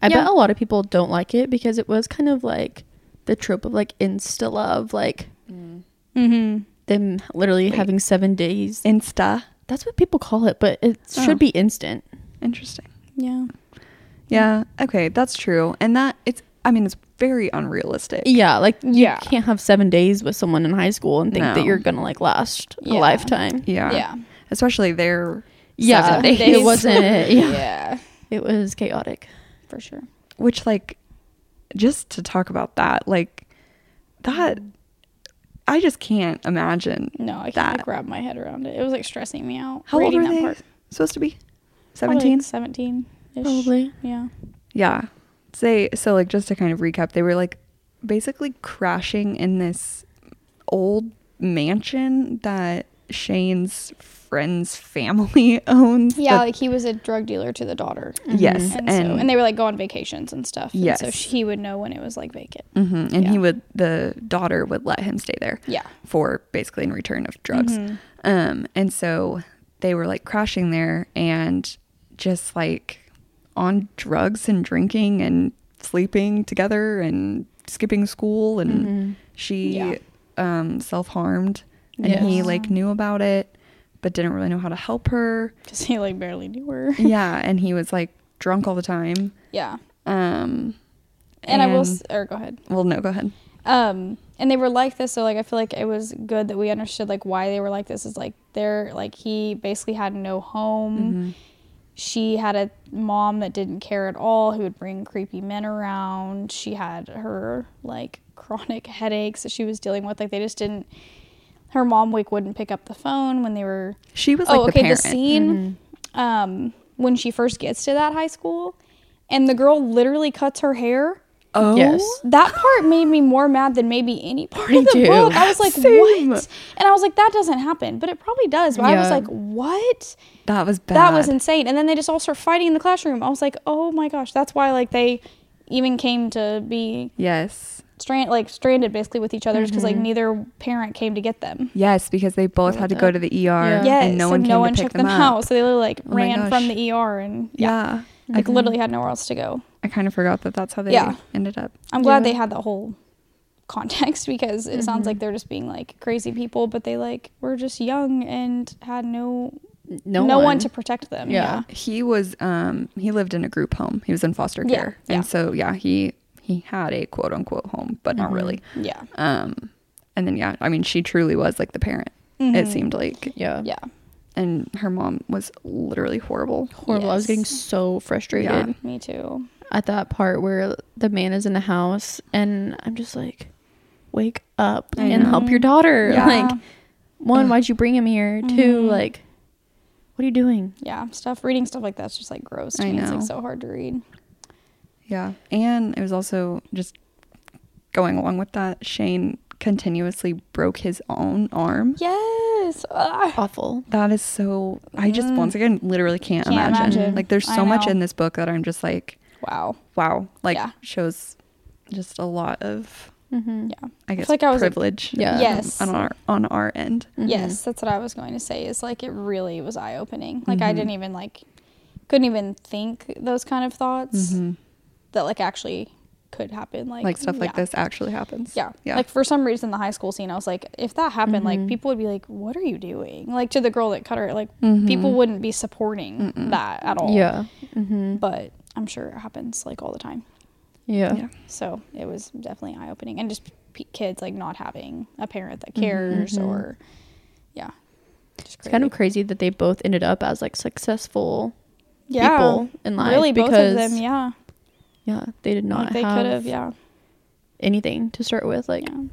Speaker 1: I
Speaker 3: Yeah.
Speaker 1: bet a lot of people don't like it because it was kind of like the trope of like insta love, like
Speaker 5: Mm-hmm.
Speaker 1: them literally having seven days.
Speaker 2: Insta,
Speaker 1: That's what people call it, but it
Speaker 2: Oh.
Speaker 1: should be instant.
Speaker 2: interesting.
Speaker 5: Yeah.
Speaker 2: Yeah, okay, that's true. And that it's I mean, it's very unrealistic.
Speaker 1: Yeah, like
Speaker 5: Yeah.
Speaker 1: you can't have seven days with someone in high school and think
Speaker 2: No.
Speaker 1: that you're gonna like last a
Speaker 5: Yeah.
Speaker 1: lifetime.
Speaker 2: Yeah.
Speaker 5: Yeah.
Speaker 2: Especially their
Speaker 1: Yeah,
Speaker 2: seven days.
Speaker 1: it wasn't.
Speaker 5: Yeah.
Speaker 1: Yeah, it was chaotic.
Speaker 5: For sure.
Speaker 2: which like just to talk about that, like that I just can't imagine
Speaker 5: No, I can't
Speaker 2: That-
Speaker 5: like, wrap my head around it. It was like stressing me out.
Speaker 2: How old
Speaker 5: reading
Speaker 2: were
Speaker 5: that
Speaker 2: they
Speaker 5: part.
Speaker 2: supposed to be?
Speaker 5: Probably, like,
Speaker 2: 17?
Speaker 5: 17 -ish.
Speaker 1: Probably.
Speaker 5: Yeah.
Speaker 2: Yeah. Say so like just to kind of recap, they were like basically crashing in this old mansion that Shane's friend's family owns.
Speaker 5: Yeah,
Speaker 2: that-
Speaker 5: like he was a drug dealer to the daughter.
Speaker 2: yes.
Speaker 5: Mm-hmm. And,
Speaker 2: And,
Speaker 5: so and they would like go on vacations and stuff. and so
Speaker 2: Yes.
Speaker 5: she would know when it was like vacant.
Speaker 2: Mhm, and
Speaker 5: yeah.
Speaker 2: he would the daughter would let him stay there.
Speaker 5: Yeah.
Speaker 2: For basically in return of drugs.
Speaker 5: Mm-hmm.
Speaker 2: Um and so they were like crashing there and just like on drugs and drinking and sleeping together and skipping school
Speaker 3: Mm.
Speaker 2: and
Speaker 1: Mm-hmm.
Speaker 2: she
Speaker 5: Mm-hmm. Yeah.
Speaker 2: um self-harmed and he
Speaker 1: Yes.
Speaker 2: like knew about it but didn't really know how to help her.
Speaker 5: Because he like barely knew her.
Speaker 2: yeah, and he was like drunk all the time.
Speaker 5: Yeah.
Speaker 2: Um
Speaker 5: And, I will, s-
Speaker 2: And-
Speaker 5: or go ahead.
Speaker 2: well no, go ahead.
Speaker 5: um and they were like this so like i feel like it was good that we understood like why they were like this is like they're like he basically had no home
Speaker 2: Mm-hmm.
Speaker 5: she had a mom that didn't care at all who would bring creepy men around she had her like chronic headaches that she was dealing with like they just didn't her mom like wouldn't pick up the phone when they were
Speaker 2: She was like
Speaker 5: oh,
Speaker 2: the
Speaker 5: okay. The,
Speaker 2: parent. Mm-hmm.
Speaker 5: scene um, when she first gets to that high school, and the girl literally cuts her hair.
Speaker 2: Oh.
Speaker 1: Yes.
Speaker 5: That part made me more mad than maybe any part
Speaker 1: Me
Speaker 5: of the
Speaker 1: too.
Speaker 5: book. I was like,
Speaker 2: Same.
Speaker 5: what? And I was like, that doesn't happen, but it probably does. But I was
Speaker 1: Yeah.
Speaker 5: like, what?
Speaker 2: That was bad.
Speaker 5: That was insane. And then they just all start fighting in the classroom. I was like, oh my gosh, that's why like they even came to be
Speaker 2: Yes.
Speaker 5: strand like stranded basically with each other because
Speaker 2: Mm-hmm.
Speaker 5: like neither parent came to get them.
Speaker 2: Yes, because they both had to go to the ER
Speaker 5: Yes,
Speaker 2: and no one came
Speaker 5: no
Speaker 2: to
Speaker 5: one
Speaker 2: pick
Speaker 5: checked
Speaker 2: them,
Speaker 5: them,
Speaker 2: up. Oh
Speaker 5: out, so they literally like
Speaker 2: my
Speaker 5: ran from
Speaker 2: gosh.
Speaker 5: the ER and yeah,
Speaker 2: Yeah.
Speaker 5: like literally had nowhere else to go.
Speaker 2: I kind of forgot that that's how they
Speaker 5: Yeah.
Speaker 2: ended up.
Speaker 5: I'm glad they had that whole context because
Speaker 2: Mm-hmm.
Speaker 5: it sounds like they're just being like crazy people, but they like were just young and had no
Speaker 1: no,
Speaker 3: no one.
Speaker 1: one
Speaker 3: to protect them.
Speaker 1: Yeah.
Speaker 2: He was um he lived in a group home. He was in foster
Speaker 3: Yeah,
Speaker 2: care.
Speaker 3: yeah.
Speaker 2: And so yeah, he he had a quote unquote home, but
Speaker 5: Mm-hmm.
Speaker 2: not really.
Speaker 3: Yeah.
Speaker 2: Um and then yeah, I mean she truly was like the parent. It
Speaker 5: Mm-hmm.
Speaker 2: seemed like
Speaker 1: Yeah.
Speaker 3: Mm-hmm. Yeah.
Speaker 2: and her mom was literally horrible.
Speaker 1: Horrible. I was getting
Speaker 3: Yes.
Speaker 1: so frustrated
Speaker 2: Yeah.
Speaker 3: Me too.
Speaker 1: at that part where the man is in the house and I'm just like, wake up
Speaker 2: I
Speaker 1: and
Speaker 2: know.
Speaker 1: help your daughter.
Speaker 2: Yeah.
Speaker 1: Like, one, why'd you bring him here?
Speaker 3: Mm-hmm.
Speaker 1: Two, like, what are you doing?
Speaker 3: Yeah. Stuff reading stuff like that's just like gross to
Speaker 2: I
Speaker 3: me. It's like
Speaker 2: know.
Speaker 3: so hard to read.
Speaker 2: Yeah. And it was also just going along with that, Shane continuously broke his own arm.
Speaker 3: Yes. Ugh.
Speaker 1: Awful.
Speaker 2: That is so I just once again literally can't,
Speaker 3: Mm. Can't
Speaker 2: imagine.
Speaker 3: imagine.
Speaker 2: Like there's
Speaker 3: I
Speaker 2: so much
Speaker 3: know.
Speaker 2: in this book that I'm just like,
Speaker 3: Wow.
Speaker 2: wow. Like
Speaker 3: Yeah.
Speaker 2: shows just a lot of
Speaker 1: Mm-hmm.
Speaker 3: Yeah.
Speaker 2: I guess
Speaker 3: like I was a-
Speaker 2: privilege.
Speaker 1: Yeah.
Speaker 2: um,
Speaker 3: Yes.
Speaker 2: On our on our end.
Speaker 1: Mm-hmm.
Speaker 3: Yes, that's what I was going to say. Is like it really was eye opening. Like
Speaker 2: Mm-hmm.
Speaker 3: I didn't even like, couldn't even think those kind of thoughts that like actually could happen. Like
Speaker 2: Mm-hmm. Like stuff like
Speaker 3: yeah.
Speaker 2: this actually happens.
Speaker 3: Yeah.
Speaker 2: Yeah.
Speaker 3: Like for some reason, the high school scene, I was like, if that happened,
Speaker 1: Mm-hmm.
Speaker 3: like people would be like, "What are you doing?" Like to the girl that cut her, like
Speaker 2: Mm-hmm.
Speaker 3: people wouldn't be supporting that at all.
Speaker 1: Mm-hmm. Yeah. Mm-hmm.
Speaker 3: But I'm sure it happens like all the time.
Speaker 1: Yeah.
Speaker 2: Yeah.
Speaker 3: So it was definitely eye opening, and just p- kids like not having a parent that cares or, yeah, just
Speaker 1: Mm-hmm. It's kind of crazy that they both ended up as like successful
Speaker 3: yeah.
Speaker 1: people in life.
Speaker 3: Really, both
Speaker 1: because,
Speaker 3: of them, yeah.
Speaker 1: yeah, they did not
Speaker 3: Like they
Speaker 1: have
Speaker 3: could have, yeah.
Speaker 1: anything to start with. Like,
Speaker 3: yeah.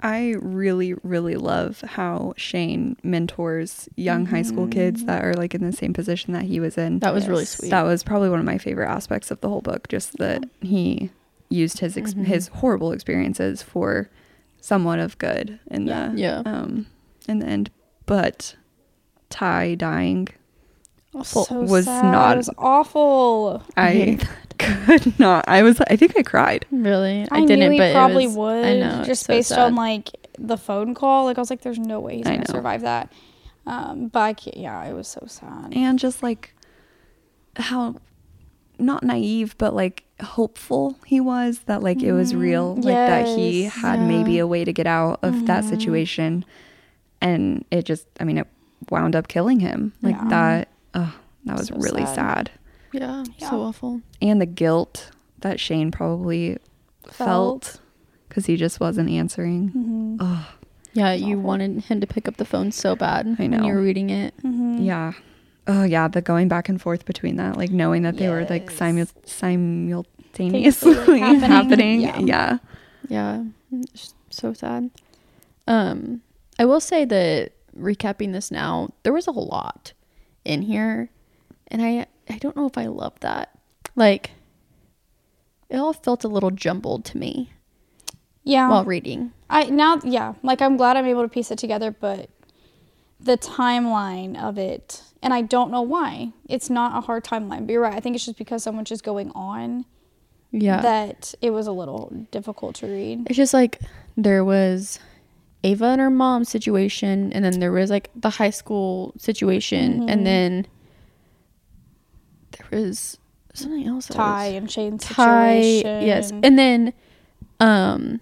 Speaker 2: I really, really love how Shane mentors young high school kids that are like in the same position that he was in.
Speaker 1: Mm-hmm. that was really
Speaker 3: Yes.
Speaker 1: sweet.
Speaker 2: That was probably one of my favorite aspects of the whole book, just that he used his
Speaker 1: Mm-hmm.
Speaker 2: ex- his horrible experiences for somewhat of good in the
Speaker 1: Yeah.
Speaker 2: um in the end. But Ty dying,
Speaker 1: Awful.
Speaker 3: So
Speaker 2: was
Speaker 3: sad.
Speaker 2: not-
Speaker 3: It was awful.
Speaker 1: I
Speaker 2: I,
Speaker 1: hated
Speaker 2: could not. I was. I think I cried.
Speaker 1: really, I,
Speaker 3: I,
Speaker 1: didn't,
Speaker 3: knew he
Speaker 1: but it
Speaker 3: probably
Speaker 1: was-
Speaker 3: would.
Speaker 1: I know, it's
Speaker 3: just
Speaker 1: so
Speaker 3: based
Speaker 1: sad.
Speaker 3: on like the phone call. Like I was like, there's no way he's
Speaker 2: I
Speaker 3: gonna
Speaker 2: know.
Speaker 3: survive that. Um, but I can't, yeah, it was so sad.
Speaker 2: and just like how not naive but like hopeful he was that like it was real like that he
Speaker 3: Mm-hmm. Yes. Mm-hmm.
Speaker 2: had maybe a way to get out of that situation and it just i mean it wound up killing him like
Speaker 3: Yeah.
Speaker 2: that oh that was
Speaker 3: Mm-hmm. So
Speaker 2: really
Speaker 3: sad.
Speaker 2: sad.
Speaker 1: yeah,
Speaker 3: Yeah.
Speaker 1: so awful.
Speaker 2: and the guilt that shane probably felt
Speaker 3: Felt.
Speaker 2: because he just wasn't answering
Speaker 3: Mm-hmm.
Speaker 2: oh
Speaker 1: Yeah, you wanted him to pick up the phone so bad.
Speaker 2: I
Speaker 1: When you
Speaker 2: know.
Speaker 1: were reading it.
Speaker 3: Mm-hmm. Mm.
Speaker 2: yeah oh yeah the going back and forth between that like knowing that they were like simu- simultaneously
Speaker 3: Thankfully, like,
Speaker 2: happening,
Speaker 3: happening.
Speaker 2: yeah.
Speaker 1: Yeah, it's so sad. Um, I will say that recapping this now, there was a lot in here, and I I don't know if I love that. Like, it all felt a little jumbled to me
Speaker 3: Yeah.
Speaker 1: while reading.
Speaker 3: I now yeah, like I'm glad I'm able to piece it together, but the timeline of it, and I don't know why. It's not a hard timeline, but you're right. I think it's just because so much is going on
Speaker 1: Yeah,
Speaker 3: that it was a little difficult to read.
Speaker 1: it's just like there was Ava and her mom situation, and then there was like the high school situation,
Speaker 3: Mm-hmm.
Speaker 1: and then there was something else. that was-
Speaker 3: Ty and Shane's
Speaker 1: Ty,
Speaker 3: situation.
Speaker 1: yes, and then um,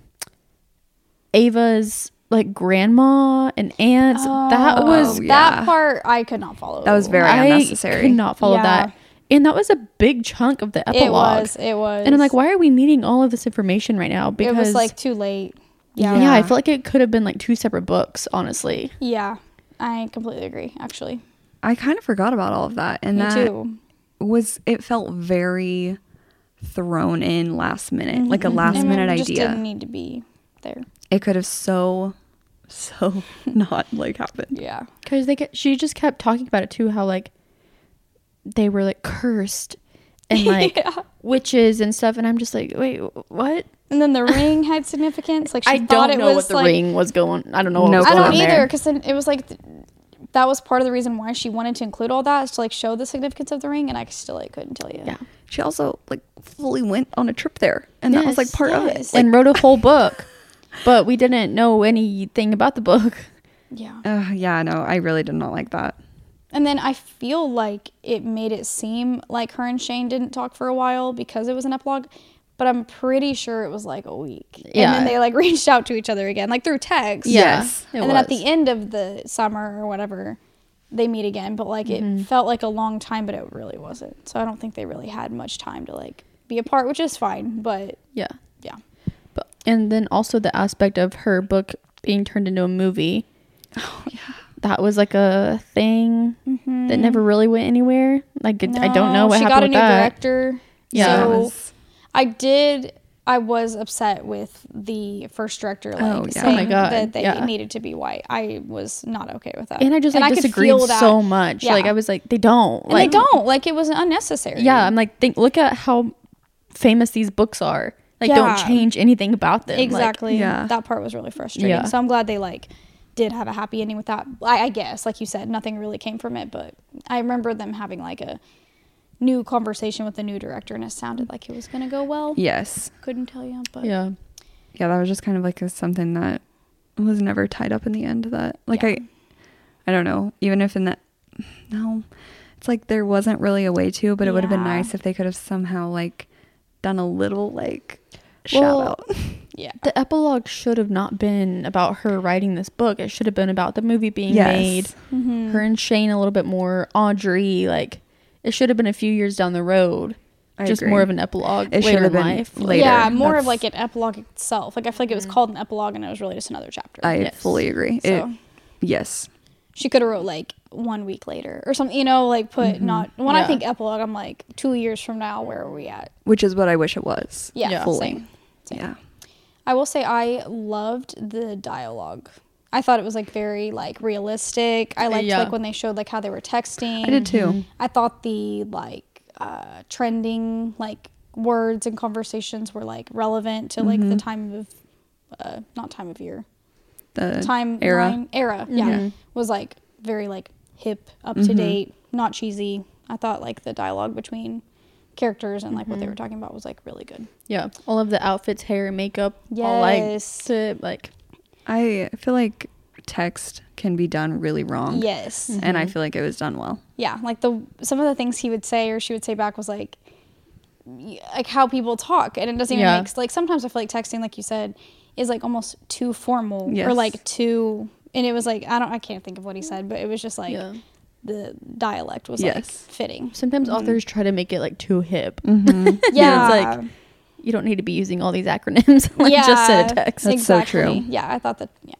Speaker 1: Ava's like grandma and aunts. that was
Speaker 2: Oh, yeah.
Speaker 3: that part I could not follow.
Speaker 2: That was very
Speaker 1: I
Speaker 2: unnecessary.
Speaker 1: Could not follow
Speaker 3: Yeah.
Speaker 1: that, and that was a big chunk of the epilogue.
Speaker 3: It was. It was.
Speaker 1: and I'm like, why are we needing all of this information right now? Because
Speaker 3: it was like too late.
Speaker 1: yeah,
Speaker 3: Yeah.
Speaker 1: I feel like it could have been like two separate books, honestly.
Speaker 3: Yeah, I completely agree. Actually,
Speaker 2: I kind of forgot about all of that, and
Speaker 3: me
Speaker 2: that
Speaker 3: too.
Speaker 2: was it felt very thrown in last minute, like a last
Speaker 3: Mm-hmm. And
Speaker 2: minute
Speaker 3: it just
Speaker 2: idea.
Speaker 3: didn't e- need to be there.
Speaker 2: It could have so, so not like happened.
Speaker 3: Yeah.
Speaker 1: Because they kept, she just kept talking about it too, how like they were like cursed and like witches and stuff, and I'm just like, wait, what?
Speaker 3: And then the ring had significance. Like she
Speaker 1: I
Speaker 3: thought
Speaker 1: don't
Speaker 3: it
Speaker 1: know
Speaker 3: was
Speaker 1: what the
Speaker 3: like,
Speaker 1: ring was going. I don't know. What
Speaker 2: No
Speaker 1: was
Speaker 3: I
Speaker 1: going
Speaker 3: don't
Speaker 1: on
Speaker 3: either,
Speaker 1: there.
Speaker 3: because then it was like th- that was part of the reason why she wanted to include all that is to like show the significance of the ring, and I still like couldn't tell you.
Speaker 1: Yeah.
Speaker 2: She also like fully went on a trip there, and that was like
Speaker 1: Yes,
Speaker 2: part
Speaker 3: yes.
Speaker 2: of it.
Speaker 1: and wrote a whole book, but we didn't know anything about the book.
Speaker 3: Yeah.
Speaker 2: Like, uh, yeah, no, I really did not like that.
Speaker 3: And then I feel like it made it seem like her and Shane didn't talk for a while because it was an epilogue, but I'm pretty sure it was like a week. And
Speaker 1: Yeah.
Speaker 3: then they like reached out to each other again, like through text.
Speaker 1: Yeah,
Speaker 2: Yes.
Speaker 1: it
Speaker 3: and then at
Speaker 1: was.
Speaker 3: the end of the summer or whatever, they meet again, but like
Speaker 1: Mm-hmm.
Speaker 3: it felt like a long time, but it really wasn't. So I don't think they really had much time to like be apart, which is fine. But
Speaker 1: Yeah.
Speaker 3: yeah,
Speaker 1: But, and then also the aspect of her book being turned into a movie.
Speaker 3: Oh,
Speaker 1: That was like a thing that never really went anywhere. Like it, I don't know
Speaker 3: Mm-hmm. No,
Speaker 1: what
Speaker 3: she
Speaker 1: happened
Speaker 3: got a
Speaker 1: with
Speaker 3: new
Speaker 1: that.
Speaker 3: director.
Speaker 1: Yeah.
Speaker 3: so
Speaker 1: That
Speaker 3: I did. I was upset with the first director, like
Speaker 2: Oh, yeah.
Speaker 3: saying
Speaker 2: Oh
Speaker 1: my God,
Speaker 3: that they
Speaker 1: yeah.
Speaker 3: needed to be white. I was not okay with that,
Speaker 1: And I just like
Speaker 3: could
Speaker 1: disagreed
Speaker 3: feel that.
Speaker 1: so much.
Speaker 3: Yeah.
Speaker 1: Like I was like, they don't.
Speaker 3: and
Speaker 1: like
Speaker 3: they don't like it was unnecessary.
Speaker 1: Yeah, I'm like, think look at how famous these books are. Like
Speaker 3: Yeah.
Speaker 1: don't change anything about them. Like,
Speaker 3: exactly.
Speaker 2: yeah.
Speaker 3: that part was really frustrating.
Speaker 1: Yeah.
Speaker 3: So I'm glad they like did have a happy ending with that. I, I guess, like you said, nothing really came from it, but I remember them having like a new conversation with the new director, and it sounded like it was gonna go well.
Speaker 2: Yes.
Speaker 3: Couldn't tell you, but
Speaker 1: yeah.
Speaker 2: Yeah, that was just kind of like a, something that was never tied up in the end. That like I, I don't know. Even if in that, no, it's like there wasn't really a way to. But it would have been
Speaker 3: Yeah.
Speaker 2: nice if they could have somehow like done a little like shout
Speaker 1: Well,
Speaker 2: out.
Speaker 3: yeah.
Speaker 1: The epilogue should have not been about her writing this book. It should have been about the movie being
Speaker 2: Yes.
Speaker 1: made,
Speaker 3: Mm-hmm.
Speaker 1: her and Shane a little bit more, Audrey. Like, it should have been a few years down the road.
Speaker 2: I
Speaker 1: just
Speaker 2: agree.
Speaker 1: more of an epilogue
Speaker 2: It should
Speaker 1: later in
Speaker 2: have been
Speaker 1: life.
Speaker 2: later.
Speaker 3: Yeah, more
Speaker 2: That's-
Speaker 3: of
Speaker 2: Mm-hmm.
Speaker 3: like an epilogue itself. Like I feel like it was called an epilogue, and it was really just another chapter.
Speaker 2: I
Speaker 1: Yes.
Speaker 2: fully agree.
Speaker 3: So.
Speaker 2: It, yes.
Speaker 3: she could have wrote like one week later or something. You know, like put
Speaker 2: Mm-hmm.
Speaker 3: not when I
Speaker 1: Yeah.
Speaker 3: think epilogue, I'm like two years from now. Where are we at?
Speaker 2: Which is what I wish it was.
Speaker 3: Yeah,
Speaker 1: Yeah.
Speaker 2: Fully.
Speaker 3: same. same.
Speaker 2: Yeah.
Speaker 3: I will say I loved the dialogue. I thought it was like very like realistic. I liked
Speaker 1: Yeah.
Speaker 3: like when they showed like how they were texting.
Speaker 2: I did too.
Speaker 3: I thought the like uh, trending like words and conversations were like relevant to like
Speaker 2: Mm-hmm.
Speaker 3: the time of uh, not time of year
Speaker 2: The
Speaker 3: time
Speaker 2: era.
Speaker 3: line- era yeah
Speaker 1: Mm-hmm.
Speaker 3: was like very like hip up to date not cheesy i thought like the dialogue between characters and like what they were talking about was like really good
Speaker 1: Yeah, all of the outfits, hair, and makeup. all like
Speaker 3: Yes.
Speaker 1: to like.
Speaker 2: I feel like text can be done really wrong.
Speaker 3: yes
Speaker 2: And I feel like it was done well.
Speaker 3: yeah like the some of the things he would say or she would say back was like y- like how people talk and it doesn't even
Speaker 1: Yeah.
Speaker 3: make like sometimes i feel like texting like you said is like almost too formal or
Speaker 2: Yes.
Speaker 3: like too and it was like i don't i can't think of what he said but it was just like
Speaker 1: Yeah.
Speaker 3: the dialect was like
Speaker 2: Yes.
Speaker 3: fitting
Speaker 1: Sometimes authors try to make it like too hip.
Speaker 2: Mm-hmm.
Speaker 3: Mm-hmm. yeah
Speaker 1: it's like you don't need to be using all these acronyms. like just send a text.
Speaker 2: That's so true.
Speaker 3: Yeah, I thought that. Yeah,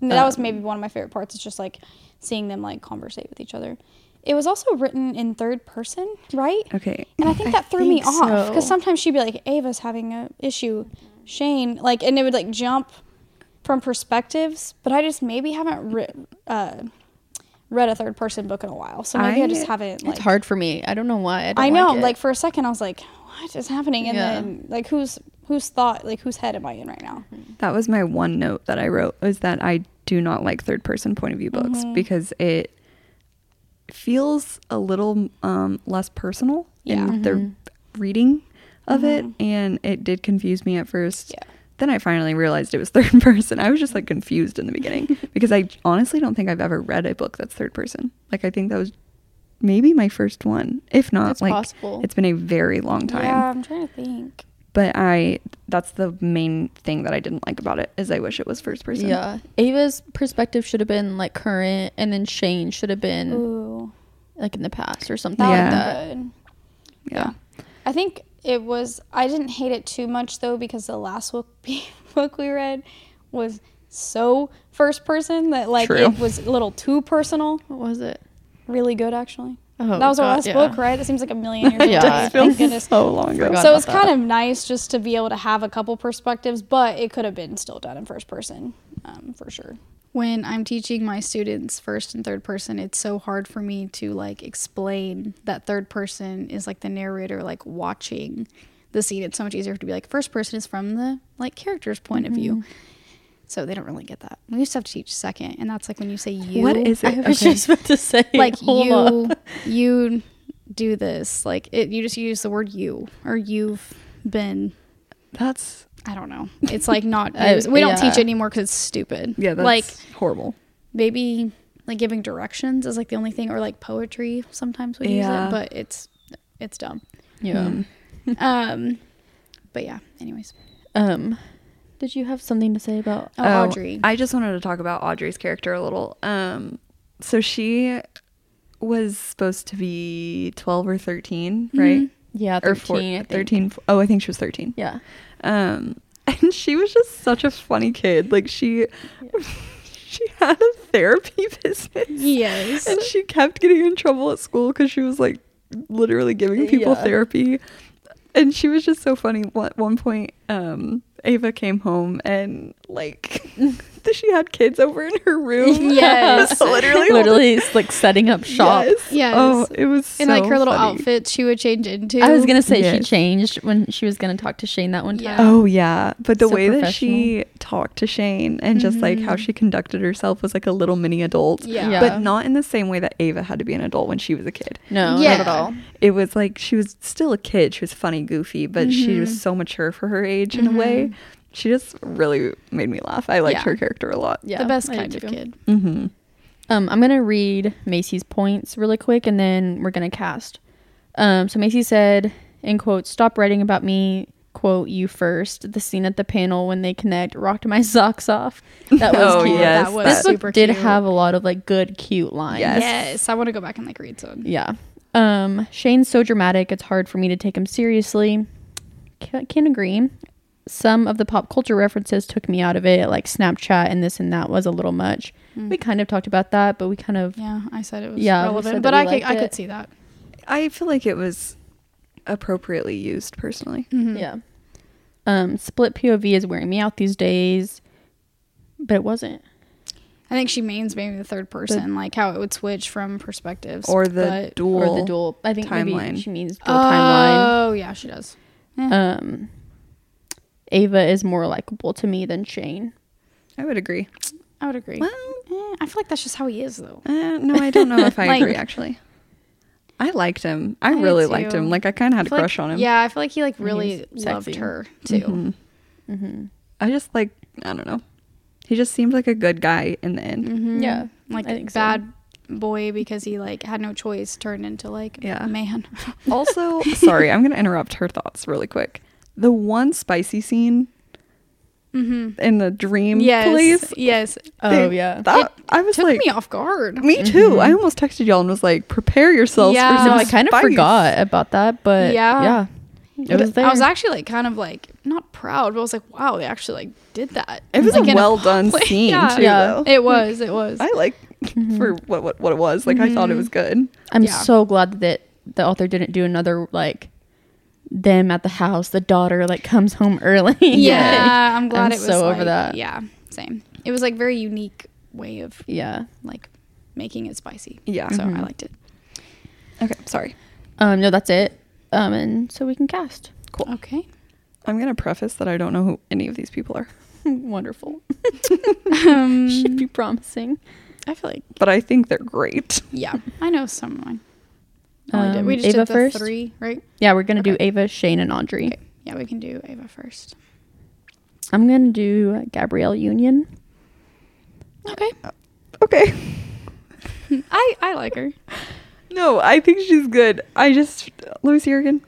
Speaker 3: And that was maybe one of my favorite parts. It's just like seeing them like conversate with each other. It was also written in third person, right?
Speaker 2: Okay.
Speaker 3: And I think that threw me
Speaker 1: think
Speaker 3: off because
Speaker 1: so.
Speaker 3: sometimes she'd be like, "Ava's having a issue," Shane, like, and it would like jump from perspectives. But I just maybe haven't re- uh, read a third person book in a while, so maybe I,
Speaker 2: I-
Speaker 3: just haven't. Like,
Speaker 1: it's hard for me. I don't know why. I, don't
Speaker 3: I know.
Speaker 1: Like,
Speaker 3: Like,
Speaker 1: it.
Speaker 3: for a second, I was like, "What is happening?" And
Speaker 1: Yeah.
Speaker 3: then like, who's whose thought? Like, whose head am I in right now?
Speaker 2: That was my one note that I wrote was that I do not like third person point of view books
Speaker 3: Mm-hmm.
Speaker 2: because it feels a little um, less personal
Speaker 3: Yeah. Mm-hmm.
Speaker 2: in the reading of it. And it did confuse me at first.
Speaker 3: Yeah.
Speaker 2: Then I finally realized it was third person. I was just like confused in the beginning because I honestly don't think I've ever read a book that's third person. Like I think that was maybe my first one, if not
Speaker 1: It's
Speaker 2: like
Speaker 1: possible.
Speaker 2: it's been a very long time
Speaker 3: Yeah, I'm trying to think.
Speaker 2: but I that's the main thing that I didn't like about it is I wish it was first person.
Speaker 1: yeah, Ava's perspective should have been like current, and then Shane should have been
Speaker 3: Ooh,
Speaker 1: like in the past or something
Speaker 3: that
Speaker 1: like
Speaker 2: Yeah.
Speaker 1: that.
Speaker 3: was good.
Speaker 2: Yeah.
Speaker 3: I think it was. I didn't hate it too much though because the last book book we read was so first person that like
Speaker 2: True.
Speaker 3: it was a little too personal.
Speaker 1: What was it?
Speaker 3: Really good actually.
Speaker 1: Oh,
Speaker 3: that was our
Speaker 1: God,
Speaker 3: last
Speaker 1: yeah.
Speaker 3: book, right? That seems like a million years ago.
Speaker 1: Yeah.
Speaker 3: Thank goodness.
Speaker 2: So long ago.
Speaker 1: Forgot
Speaker 3: So
Speaker 1: about
Speaker 3: it's kind of nice just to be able to have a couple perspectives, but it could have been still done in first person, um, for sure.
Speaker 6: when I'm teaching my students first and third person, it's so hard for me to like explain that third person is like the narrator, like watching the scene. It's so much easier to be like, first person is from the like character's point of view.
Speaker 3: Mm-hmm.
Speaker 6: So they don't really get that. We used to have to teach second, and that's like when you say you.
Speaker 2: What is it?
Speaker 1: I was just about to say
Speaker 6: like
Speaker 1: hold
Speaker 6: you
Speaker 1: on.
Speaker 6: you do this like it you just use the word you or you've been
Speaker 2: That's
Speaker 6: i don't know it's like not
Speaker 1: I-
Speaker 6: used- we don't teach it
Speaker 1: yeah.
Speaker 6: anymore because it's stupid
Speaker 2: yeah, that's
Speaker 6: like
Speaker 2: horrible.
Speaker 6: maybe like giving directions is like the only thing or like poetry sometimes we use
Speaker 2: Yeah.
Speaker 6: it but it's it's dumb
Speaker 1: Yeah.
Speaker 2: Mm.
Speaker 6: um but yeah anyways
Speaker 1: Um, did you have something to say about?
Speaker 6: oh,
Speaker 2: Oh,
Speaker 6: audrey
Speaker 2: I just wanted to talk about Audrey's character a little. Um So she was supposed to be 12 or 13,
Speaker 3: Mm-hmm.
Speaker 2: right?
Speaker 1: Yeah,
Speaker 2: Or
Speaker 1: 13.
Speaker 2: four,
Speaker 1: I think.
Speaker 2: 13. Oh, I think she was 13.
Speaker 1: Yeah.
Speaker 2: Um, and she was just such a funny kid. Like she, she had a therapy business,
Speaker 3: Yes.
Speaker 2: and she kept getting in trouble at school because she was like literally giving people
Speaker 1: Yeah.
Speaker 2: therapy. And she was just so funny. At one point, um, Ava came home and like she had kids over in her room.
Speaker 3: Yes.
Speaker 2: literally,
Speaker 1: Literally, it's like setting up shop.
Speaker 2: Yes.
Speaker 3: Yes.
Speaker 2: Oh, it was so
Speaker 3: and like her little
Speaker 2: funny.
Speaker 3: outfit she would change into.
Speaker 1: I was gonna say she
Speaker 2: Yes.
Speaker 1: changed when she was gonna talk to Shane that one time.
Speaker 3: Yeah.
Speaker 2: Oh yeah, but the
Speaker 1: So
Speaker 2: way that she talked to Shane and just like how she conducted herself was like a little mini adult.
Speaker 3: Mm-hmm. Yeah.
Speaker 1: Yeah.
Speaker 2: But not in the same way that Ava had to be an adult when she was a kid.
Speaker 1: No,
Speaker 3: Yeah.
Speaker 1: not at all.
Speaker 2: It was like she was still a kid. She was funny, goofy, but she
Speaker 3: Mm-hmm.
Speaker 2: was so mature for her age in a way. She just really made me laugh. I liked
Speaker 3: Yeah.
Speaker 2: her character a lot.
Speaker 1: Yeah,
Speaker 3: the best
Speaker 1: I did
Speaker 3: kind of
Speaker 1: too.
Speaker 3: kid.
Speaker 2: Mm-hmm.
Speaker 1: Um, I'm gonna read Macy's points really quick, and then we're gonna cast. Um, so Macy said, in quote, "Stop writing about me." Quote you first. The scene at the panel when they connect rocked my socks off. That was
Speaker 2: Oh,
Speaker 1: cute.
Speaker 2: yes,
Speaker 3: That was
Speaker 1: This
Speaker 3: super
Speaker 1: book did
Speaker 3: cute.
Speaker 1: have a lot of like good, cute lines.
Speaker 2: Yes.
Speaker 3: Yes. I want to go back and like read some.
Speaker 1: Yeah. Um, Shane's so dramatic, it's hard for me to take him seriously. Can, can agree. Some of the pop culture references took me out of it, like Snapchat and this and that was a little much. We kind of talked about that, but we kind of
Speaker 3: Mm. Yeah, I said it was
Speaker 1: Yeah, we said that
Speaker 3: relevant, but
Speaker 1: we
Speaker 3: I could,
Speaker 1: liked
Speaker 3: I
Speaker 1: it.
Speaker 3: could see that.
Speaker 2: I feel like it was appropriately used personally.
Speaker 3: Mm-hmm.
Speaker 1: yeah. Um, split POV is wearing me out these days, but it wasn't.
Speaker 3: I think she means maybe the third person, like how it would switch from perspectives
Speaker 2: Or the
Speaker 3: but-
Speaker 2: dual.
Speaker 1: or the dual. I think
Speaker 2: timeline. Uh.
Speaker 1: maybe she means dual timeline.
Speaker 3: Oh yeah, she does.
Speaker 1: Um, Ava is more likable to me than Shane.
Speaker 2: I would agree.
Speaker 3: I would agree.
Speaker 2: Well,
Speaker 3: Eh, I feel like that's just how he is though.
Speaker 2: Uh, no, I don't know if I
Speaker 3: Like-
Speaker 2: agree actually. I liked him. I,
Speaker 3: did
Speaker 2: really liked him.
Speaker 3: too.
Speaker 2: Like I kind of had a
Speaker 3: I feel like-
Speaker 2: crush on him. Mm-hmm.
Speaker 3: Yeah, I feel like he like
Speaker 1: And
Speaker 3: really
Speaker 1: he's
Speaker 3: loved
Speaker 1: sexy.
Speaker 3: her too.
Speaker 1: Mm-hmm.
Speaker 2: I just like I don't know. He just seemed like a good guy in the end.
Speaker 1: Yeah,
Speaker 3: Mm-hmm. Like
Speaker 1: I think so.
Speaker 3: bad boy because he like had no choice turned into like
Speaker 2: Yeah.
Speaker 3: man.
Speaker 2: Also, sorry, I'm going to interrupt her thoughts really quick. The one spicy scene in the dream
Speaker 3: Mm-hmm. yes,
Speaker 2: place.
Speaker 3: yes.
Speaker 1: Oh yeah.
Speaker 2: That I was
Speaker 3: Took
Speaker 2: like
Speaker 3: me off guard.
Speaker 2: me, too. I almost texted y'all and was like, "Prepare yourselves for
Speaker 3: Yeah.
Speaker 2: some
Speaker 1: No, I kind of
Speaker 2: spice."
Speaker 1: forgot about that, but yeah,
Speaker 3: Yeah.
Speaker 1: it was there.
Speaker 3: I was actually like kind of like not proud, but I was like, wow, they actually like did that.
Speaker 2: It was
Speaker 3: like, in
Speaker 2: a well done
Speaker 3: public-
Speaker 2: scene
Speaker 3: Yeah.
Speaker 2: too
Speaker 1: Yeah.
Speaker 2: though.
Speaker 3: It was. It was. Mm-hmm.
Speaker 2: I like for what, what what it was. Like I thought it was good.
Speaker 1: I'm
Speaker 3: yeah.
Speaker 1: so glad that the author didn't do another like them at the house. The daughter like comes home early.
Speaker 3: yeah, I'm glad
Speaker 1: I'm
Speaker 3: it was
Speaker 1: so over
Speaker 3: like-
Speaker 1: that.
Speaker 3: Yeah, same. It was like very unique way of
Speaker 1: yeah.
Speaker 3: like making it spicy.
Speaker 2: Yeah.
Speaker 3: So
Speaker 1: Mm-hmm.
Speaker 3: I liked it.
Speaker 2: Okay, sorry.
Speaker 1: Um, no, that's it. Um, and so we can cast.
Speaker 3: Okay.
Speaker 2: I'm going to preface that I don't know who any of these people are,
Speaker 1: Wonderful. Should
Speaker 3: Mm.
Speaker 1: be promising.
Speaker 3: Um, I feel like
Speaker 2: but I think they're great.
Speaker 3: yeah, I know someone. Oh,
Speaker 1: Um,
Speaker 3: we just
Speaker 1: Ava
Speaker 3: did the
Speaker 1: first? Mm.
Speaker 3: three, right?
Speaker 1: Yeah, we're gonna do
Speaker 3: Okay.
Speaker 1: Ava, Shane, and Audrey.
Speaker 3: Okay. Yeah, we can do Ava first.
Speaker 1: I'm gonna do Gabrielle Union.
Speaker 3: Okay.
Speaker 2: Okay.
Speaker 3: I I like her.
Speaker 2: No, I think she's good. I just let me see her again.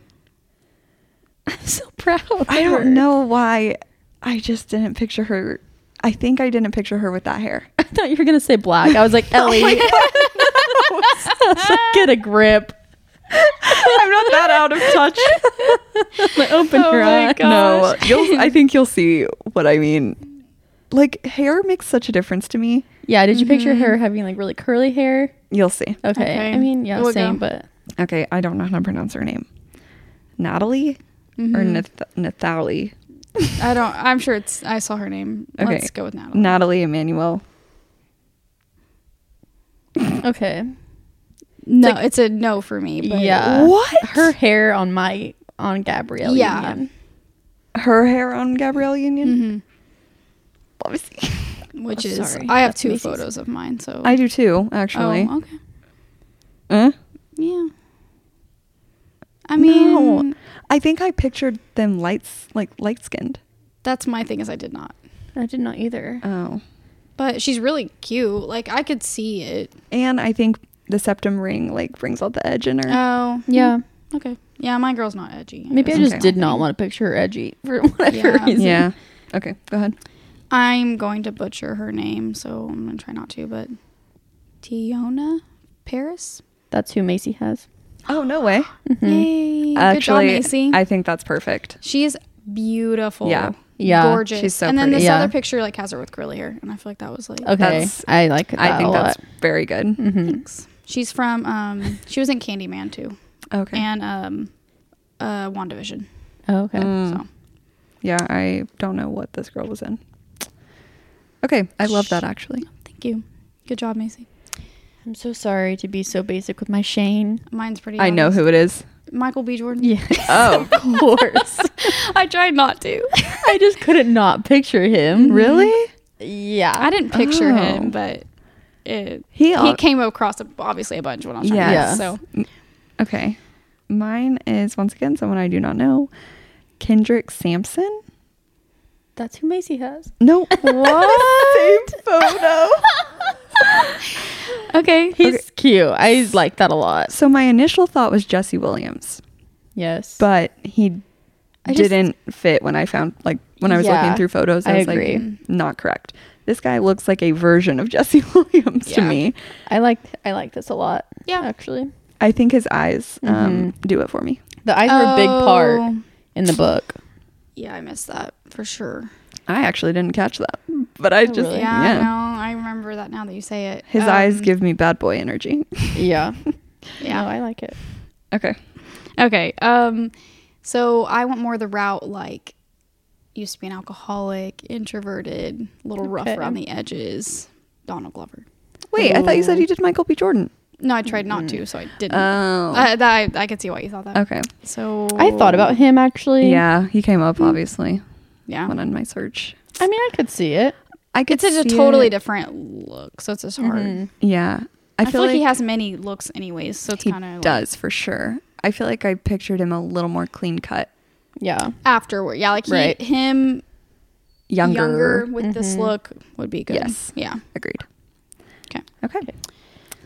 Speaker 1: I'm so proud. of
Speaker 2: I
Speaker 1: her.
Speaker 2: don't know why. I just didn't picture her. I think I didn't picture her with that hair.
Speaker 1: I thought you were gonna say black. I was like
Speaker 3: Oh
Speaker 1: Ellie. I was like, Get a grip.
Speaker 2: I'm not that out of touch.
Speaker 1: Like, open
Speaker 3: Oh
Speaker 1: her
Speaker 3: my
Speaker 1: eyes.
Speaker 3: God.
Speaker 2: No, you'll. I think you'll see what I mean. Like hair makes such a difference to me.
Speaker 1: Yeah, did you picture her having like really curly hair?
Speaker 2: You'll see.
Speaker 1: Okay.
Speaker 3: Mm-hmm. Okay.
Speaker 1: I mean, yeah,
Speaker 3: We'll
Speaker 1: same,
Speaker 3: go.
Speaker 1: but
Speaker 2: Okay, I don't know how to pronounce her name. Natalie or Nath- Nathalie.
Speaker 3: I don't. I'm sure it's. I saw her name.
Speaker 2: Okay.
Speaker 3: Let's go with Natalie.
Speaker 2: Natalie Emmanuel.
Speaker 1: okay.
Speaker 3: No, it's a no for me. But
Speaker 1: yeah.
Speaker 2: What?
Speaker 1: Her hair on my on Gabrielle.
Speaker 3: Yeah.
Speaker 1: Union.
Speaker 2: Her hair on Gabrielle Union. Let me see.
Speaker 3: Mm-hmm. Which
Speaker 1: Oh,
Speaker 3: is
Speaker 1: sorry.
Speaker 3: I have
Speaker 1: That's
Speaker 3: two
Speaker 1: Macy's.
Speaker 3: photos of mine. So
Speaker 2: I do too, actually.
Speaker 3: Oh, okay.
Speaker 2: Huh?
Speaker 3: Yeah. I mean,
Speaker 2: no. I think I pictured them lights like light skinned.
Speaker 3: that's my thing is I did not.
Speaker 1: I did not either.
Speaker 2: Oh.
Speaker 3: But she's really cute. Like I could see it.
Speaker 2: And I think the septum ring like brings out the edge in her.
Speaker 3: Oh,
Speaker 1: Yeah.
Speaker 3: okay. Yeah, my girl's not edgy. I
Speaker 1: Maybe I
Speaker 3: guess.
Speaker 1: just
Speaker 2: Okay.
Speaker 1: did not want to picture her edgy for whatever
Speaker 3: Yeah.
Speaker 1: reason.
Speaker 2: yeah. Okay, go ahead.
Speaker 3: I'm going to butcher her name, so I'm gonna try not to. But Tiona Paris.
Speaker 1: That's who Macy has. Mm-hmm.
Speaker 2: Oh, no way.
Speaker 3: Yay! Good job,
Speaker 2: Actually,
Speaker 3: Macy.
Speaker 2: I think that's perfect.
Speaker 3: she is beautiful.
Speaker 2: Yeah.
Speaker 1: Yeah.
Speaker 3: Gorgeous.
Speaker 2: She's so
Speaker 3: and then
Speaker 2: pretty. Oh.
Speaker 3: this
Speaker 1: Yeah.
Speaker 3: other picture like has her with curly hair, and I feel like that was like
Speaker 1: Okay,
Speaker 2: That's-
Speaker 1: I like that
Speaker 2: I think
Speaker 1: a lot.
Speaker 2: that's
Speaker 1: Mm-hmm.
Speaker 2: very good.
Speaker 3: thanks. She's from um she was in Candyman too,
Speaker 2: Okay.
Speaker 3: and um uh Wandavision.
Speaker 1: Oh, okay.
Speaker 2: Hmm.
Speaker 3: So
Speaker 2: Mm. Yeah, I don't know what this girl was in. Okay, I love that actually.
Speaker 3: thank you. Good job, Macy.
Speaker 1: I'm so sorry to be so basic with my Shane.
Speaker 3: Mine's pretty.
Speaker 2: I know
Speaker 3: obvious.
Speaker 2: who it is.
Speaker 3: Michael B. Jordan.
Speaker 1: Yeah,
Speaker 2: Oh,
Speaker 1: of course.
Speaker 3: I tried not to.
Speaker 1: I just couldn't not picture him.
Speaker 2: really?
Speaker 1: Mm-hmm. Yeah.
Speaker 3: I didn't picture
Speaker 2: Oh.
Speaker 3: him, but it,
Speaker 2: He
Speaker 3: he
Speaker 2: al-
Speaker 3: came across obviously a bunch when I was trying
Speaker 1: Yes.
Speaker 3: to guess. So
Speaker 2: Okay. Mine is once again someone I do not know. Kendrick Sampson?
Speaker 1: That's who Macy has.
Speaker 2: No. What? Same photo.
Speaker 3: okay,
Speaker 1: He's cute. I like that a lot.
Speaker 2: So my initial thought was Jesse Williams,
Speaker 1: Yes.
Speaker 2: but he
Speaker 1: I just-
Speaker 2: didn't fit when I found like when I was
Speaker 1: Yeah,
Speaker 2: looking through photos. I,
Speaker 1: I
Speaker 2: was
Speaker 1: agree.
Speaker 2: like, not correct. This guy looks like a version of Jesse Williams to
Speaker 3: Yeah.
Speaker 2: me.
Speaker 1: I like I like this a lot.
Speaker 3: Yeah.
Speaker 1: Actually.
Speaker 2: I think his eyes um,
Speaker 3: Mm-hmm.
Speaker 2: do it for me.
Speaker 1: The eyes were a big part
Speaker 3: Oh.
Speaker 1: in the book.
Speaker 3: Yeah, I missed that for sure.
Speaker 2: I actually didn't catch that, but I just
Speaker 1: really?
Speaker 2: yeah.
Speaker 3: Oh, Yeah, no, I remember that now that you say it.
Speaker 2: His
Speaker 3: Um,
Speaker 2: eyes give me bad boy energy.
Speaker 1: Yeah.
Speaker 3: Yeah.
Speaker 1: No, I like it.
Speaker 2: okay.
Speaker 3: Okay. Um, so I went more the route like used to be an alcoholic, introverted, a little rough
Speaker 1: Okay.
Speaker 3: around the edges. Donald Glover.
Speaker 2: Wait, I thought you said you did Michael B. Jordan.
Speaker 3: No, I tried not to, so I didn't.
Speaker 2: Oh.
Speaker 3: I, Uh, that, I, I could see why you thought that.
Speaker 2: okay.
Speaker 3: So
Speaker 1: I thought about him actually.
Speaker 2: Yeah, he came
Speaker 3: Mm-hmm.
Speaker 2: up obviously
Speaker 3: yeah.
Speaker 2: when on my search.
Speaker 1: I mean, I could see it.
Speaker 2: I could
Speaker 3: It's a, a
Speaker 2: see
Speaker 3: totally
Speaker 2: it. Mm-hmm.
Speaker 3: different look, so it's just hard.
Speaker 1: Mm-hmm.
Speaker 2: Yeah,
Speaker 3: I, feel like, he has many looks, anyways. So it's
Speaker 2: he
Speaker 3: kind of
Speaker 2: does for sure. I feel like I pictured him a little more clean cut,
Speaker 1: Yeah.
Speaker 3: afterward. Yeah, like he,
Speaker 1: Right.
Speaker 3: him
Speaker 2: younger. Mm-hmm.
Speaker 3: younger, with this look would be good.
Speaker 2: Yes.
Speaker 3: Yeah.
Speaker 2: Agreed.
Speaker 3: 'Kay.
Speaker 2: Okay.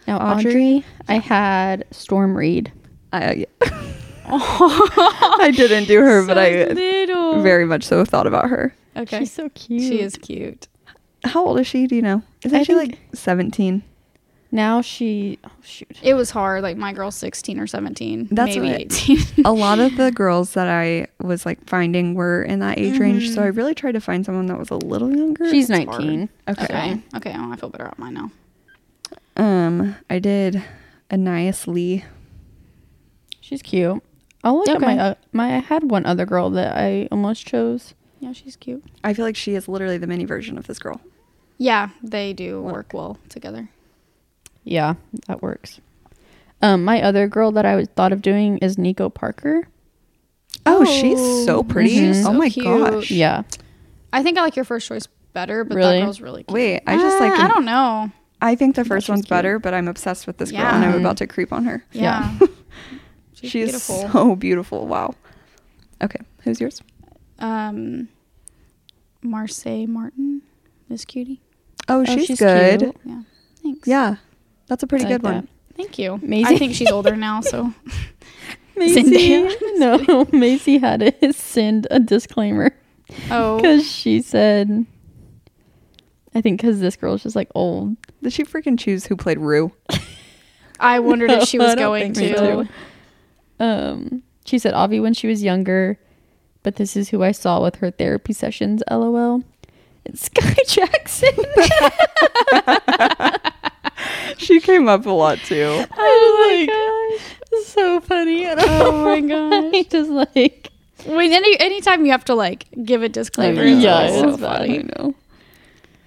Speaker 1: Now Audrey,
Speaker 2: Audrey?
Speaker 1: I had Storm Reed.
Speaker 2: I, I didn't do her, but I
Speaker 3: little.
Speaker 2: very much so thought about her.
Speaker 3: okay.
Speaker 1: She's so cute.
Speaker 3: She is cute.
Speaker 2: How old is she? Do you know? Isn't
Speaker 1: I
Speaker 2: she
Speaker 1: think-
Speaker 2: like seventeen?
Speaker 1: Now she. Oh shoot.
Speaker 3: It was hard. Like my girl's 16 or 17,
Speaker 2: That's Oh,
Speaker 3: maybe
Speaker 2: what-
Speaker 3: 18.
Speaker 2: a lot of the girls that I was like finding were in that age range, so I really tried to find someone that was a little younger.
Speaker 1: She's
Speaker 2: It's hard.
Speaker 1: 19.
Speaker 2: Okay.
Speaker 3: okay. Okay. Well, I feel better about mine now.
Speaker 2: Um, I did Anais Lee.
Speaker 1: She's cute. I'll look at
Speaker 3: Okay.
Speaker 1: my uh, my. I had one other girl that I almost chose.
Speaker 3: Yeah, she's cute.
Speaker 2: I feel like she is literally the mini version of this girl.
Speaker 3: Yeah, they do work well together.
Speaker 1: Yeah, that works. Um, my other girl that I was- thought of doing is Nico Parker.
Speaker 2: Oh, she's so pretty.
Speaker 3: She's
Speaker 2: oh
Speaker 3: so
Speaker 2: my
Speaker 3: cute.
Speaker 2: gosh.
Speaker 1: Yeah,
Speaker 3: I think I like your first choice better, but
Speaker 1: Really?
Speaker 3: that girl's really cute.
Speaker 2: Wait, I just
Speaker 3: Ah,
Speaker 2: like
Speaker 3: I don't know.
Speaker 2: I think the first
Speaker 1: she's
Speaker 2: one's
Speaker 1: cute.
Speaker 2: better, but I'm obsessed with this girl
Speaker 3: Yeah.
Speaker 2: and I'm
Speaker 1: Mhm.
Speaker 2: about to creep on her.
Speaker 1: Yeah.
Speaker 3: Yeah.
Speaker 2: She's
Speaker 3: She's beautiful.
Speaker 2: so beautiful. Wow. Okay, who's yours?
Speaker 3: um Marseille Martin, this cutie.
Speaker 2: Oh,
Speaker 1: Oh,
Speaker 2: she's,
Speaker 1: she's
Speaker 2: good.
Speaker 1: cute.
Speaker 3: Yeah. Thanks.
Speaker 2: Yeah. That's a pretty
Speaker 1: I
Speaker 2: good
Speaker 1: like
Speaker 2: one.
Speaker 3: Thank you.
Speaker 1: Maisie.
Speaker 3: I think she's older now, so
Speaker 1: Macy.
Speaker 3: Zendaya.
Speaker 1: no, Macy had to send a disclaimer
Speaker 3: oh
Speaker 1: because she said, I think because this girl's just like old.
Speaker 2: Did she freaking choose who played Rue?
Speaker 3: I wondered if she
Speaker 1: No, I
Speaker 3: was
Speaker 1: don't
Speaker 3: going
Speaker 1: think so.
Speaker 3: to.
Speaker 1: Um, she said Avi when she was younger, but this is who I saw with her therapy sessions. LOL. It's Sky Jackson.
Speaker 2: she came up a lot too.
Speaker 1: oh my gosh, so funny. I don't
Speaker 3: Oh my
Speaker 1: know why,
Speaker 3: gosh.
Speaker 1: just like
Speaker 3: When any anytime you have to like give a disclaimer,
Speaker 1: know.
Speaker 3: it's
Speaker 1: Yeah,
Speaker 3: always
Speaker 1: it
Speaker 3: so
Speaker 1: is bad.
Speaker 3: funny.
Speaker 2: I know.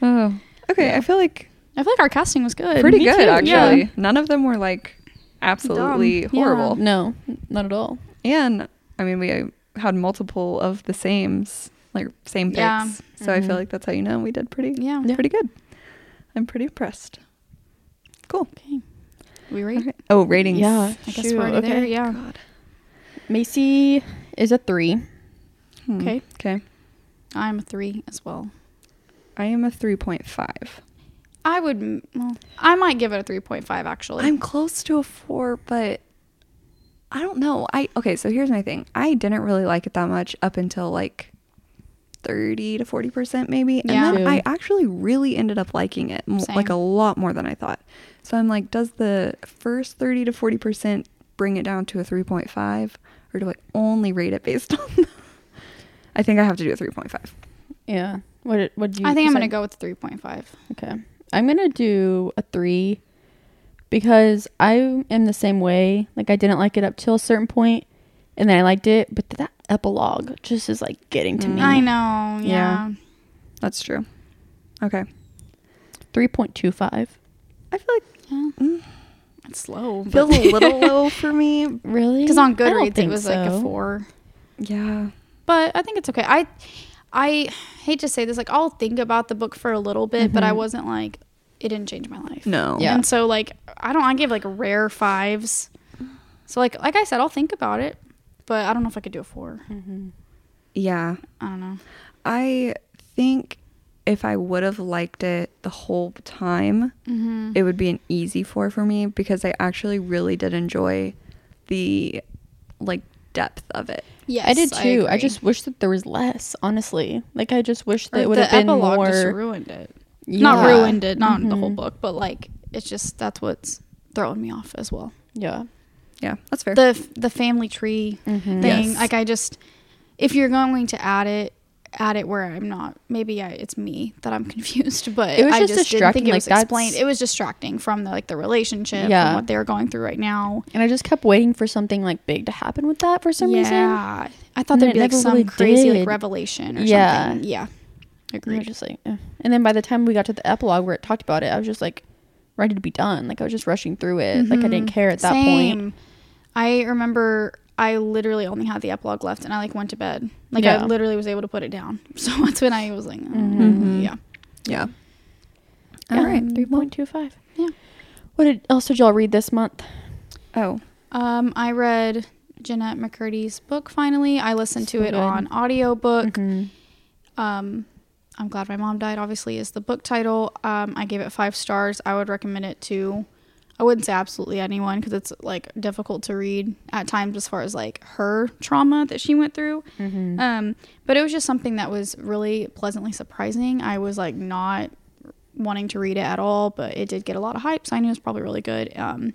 Speaker 2: Oh. Okay, I feel like
Speaker 3: I feel like our casting was good.
Speaker 2: pretty
Speaker 3: Uh, Me
Speaker 2: good
Speaker 3: too.
Speaker 2: actually.
Speaker 3: Yeah.
Speaker 2: None of them were like absolutely
Speaker 3: Dumb. Yeah.
Speaker 2: horrible.
Speaker 1: no, not at all.
Speaker 2: And I mean, we had multiple of the sames, like same picks.
Speaker 3: Yeah.
Speaker 2: So I feel like that's how you know we did pretty,
Speaker 3: Yeah.
Speaker 2: pretty good. I'm pretty impressed. Cool.
Speaker 3: Okay. We rate.
Speaker 2: Okay. Oh, ratings.
Speaker 1: Yeah,
Speaker 3: I guess we're already there. Yeah.
Speaker 1: Macy is a three.
Speaker 3: Okay.
Speaker 2: Hmm. Okay.
Speaker 3: I'm a three as well.
Speaker 2: I am a 3.5.
Speaker 3: I would. m- Well, I might give it a three point five actually.
Speaker 2: I'm close to a four, but I don't know. I okay. So here's my thing. I didn't really like it that much up until like 30 to 40% maybe. And
Speaker 3: Yeah.
Speaker 2: then
Speaker 1: Yeah.
Speaker 2: I actually really ended up liking it, m-
Speaker 3: Same.
Speaker 2: like a lot more than I thought. So I'm like, does the first 30 to 40% bring it down to a 3.5 or do I only rate it based on I think I have to do a 3.5.
Speaker 1: Yeah. What did- what do you
Speaker 3: I think I'm gonna
Speaker 1: decide?
Speaker 3: go with 3.5.
Speaker 1: Okay. I'm going to do a 3 because I am the same way. Like I didn't like it up till a certain point and then I liked it, but that epilogue just is like getting to me.
Speaker 3: Mm, I
Speaker 1: Yeah.
Speaker 3: know. Yeah.
Speaker 2: That's true. Okay.
Speaker 1: 3.25.
Speaker 2: I feel like
Speaker 3: It's slow.
Speaker 2: it feels a little low for me.
Speaker 1: Really?
Speaker 3: Because on
Speaker 1: I don't
Speaker 3: Goodreads it
Speaker 1: think
Speaker 3: was like
Speaker 1: so.
Speaker 3: a four.
Speaker 2: Yeah.
Speaker 3: But I think it's okay. I I hate to say this, like I'll think about the book for a little bit, but I wasn't like it didn't change my life.
Speaker 2: No.
Speaker 1: Yeah.
Speaker 3: And so like I don't I give like rare fives. So like like I said, I'll think about it. But I don't know if I could do a four.
Speaker 2: Yeah.
Speaker 3: I don't know.
Speaker 2: I think if I would have liked it the whole time, it would be an easy four for me because I actually really did enjoy the like depth of it.
Speaker 3: Yes,
Speaker 1: I did too. I,
Speaker 3: agree.
Speaker 1: just wish that there was less, honestly. Like I just wish that
Speaker 3: Or
Speaker 1: it would
Speaker 3: the
Speaker 1: have been
Speaker 3: epilogue
Speaker 1: more
Speaker 3: Just ruined it.
Speaker 1: Yeah. Mm-hmm.
Speaker 3: Not ruined it, not the whole book, but like it's just that's what's throwing me off as well.
Speaker 1: Yeah.
Speaker 2: Yeah, that's fair.
Speaker 3: the the family tree
Speaker 1: Mm-hmm.
Speaker 3: thing.
Speaker 2: Yes.
Speaker 3: Like I just, if you're going to add it, add it where I'm not. Maybe I, it's me that I'm confused, but
Speaker 1: It was
Speaker 3: I
Speaker 1: just
Speaker 3: didn't
Speaker 1: distracting,
Speaker 3: think it
Speaker 1: like,
Speaker 3: was
Speaker 1: that's-
Speaker 3: explained. It was distracting from the like the relationship,
Speaker 1: Yeah.
Speaker 3: and what they're going through right now.
Speaker 1: And I just kept waiting for something like big to happen with that for some reason.
Speaker 3: yeah, I thought
Speaker 1: And
Speaker 3: there'd
Speaker 1: it
Speaker 3: be like
Speaker 1: never
Speaker 3: some
Speaker 1: really
Speaker 3: crazy
Speaker 1: did.
Speaker 3: like revelation or
Speaker 1: Yeah.
Speaker 3: something. Yeah,
Speaker 1: And I was
Speaker 3: agreed.
Speaker 1: just like, eh. and then by the time we got to the epilogue where it talked about it, I was just like ready to be done. Like I was just rushing through it. Like I didn't care at that point.
Speaker 3: Mm-hmm. Same. I remember I literally only had the epilogue left, and I like went to bed. Like
Speaker 1: Yeah. Mm-hmm.
Speaker 3: I literally was able to put it down. So that's when I was like, uh, yeah.
Speaker 2: yeah.
Speaker 1: All right, three point two five. Yeah. What did, else did y'all read this month?
Speaker 2: Oh,
Speaker 3: Um, I read Jeanette McCurdy's book finally. I listened to
Speaker 1: So
Speaker 3: it
Speaker 1: good.
Speaker 3: on audiobook.
Speaker 1: Mm-hmm.
Speaker 3: Um, I'm glad my mom died. Obviously, is the book title. Um, I gave it five stars. I would recommend it to. I wouldn't say absolutely anyone because it's like difficult to read at times as far as like her trauma that she went through.
Speaker 1: Mm-hmm. Mm.
Speaker 3: Um, but it was just something that was really pleasantly surprising. I was like not wanting to read it at all, but it did get a lot of hype, so I knew it was probably really good. Um,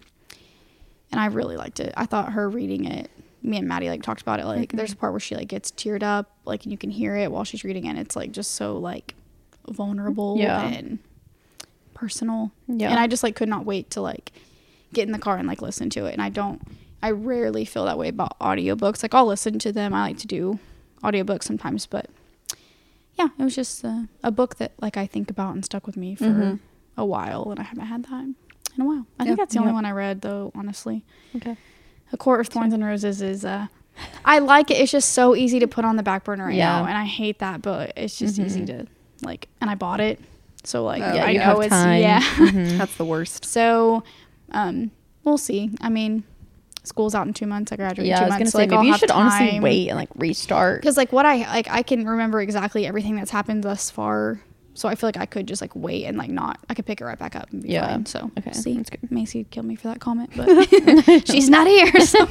Speaker 3: and I really liked it. I thought her reading it, me and Maddie like talked about it. Like, there's a part where she like gets teared up, like, and you can hear it while she's reading it. and It's like just so like vulnerable
Speaker 1: Yeah.
Speaker 3: and personal.
Speaker 1: Yeah.
Speaker 3: And I just like could not wait to like get in the car and like listen to it. And I don't, I rarely feel that way about audiobooks. Like, I'll listen to them. I like to do audiobooks sometimes, but yeah, it was just uh, a book that like I think about and stuck with me for a while, and I haven't had that in a while. I think that's the only
Speaker 1: Mm-hmm. yeah.
Speaker 3: one I read though, honestly.
Speaker 1: Okay.
Speaker 3: A Court of Thorns and Roses is uh I like it. It's just so easy to put on the back burner right
Speaker 1: Yeah. Mm-hmm.
Speaker 3: now, and I hate that, but it's just easy to like. And I bought it, so like
Speaker 2: Oh,
Speaker 3: yeah, I
Speaker 2: you
Speaker 3: know
Speaker 1: have
Speaker 3: it's
Speaker 1: time.
Speaker 3: yeah.
Speaker 1: Mm-hmm.
Speaker 2: that's the worst.
Speaker 3: so, um, we'll see. I mean, school's out in two months. I graduate
Speaker 1: Yeah,
Speaker 3: in two
Speaker 1: I was gonna say
Speaker 3: months. so, like, I'll
Speaker 1: maybe you
Speaker 3: have
Speaker 1: should honestly
Speaker 3: time
Speaker 1: wait and like restart.
Speaker 3: because like what i like i can remember exactly everything that's happened thus far so i feel like i could just like wait and like not i could pick it right back up and be
Speaker 1: Yeah.
Speaker 3: fine so
Speaker 1: Okay,
Speaker 3: see
Speaker 1: that's good.
Speaker 3: macy killed me for that comment but she's not here so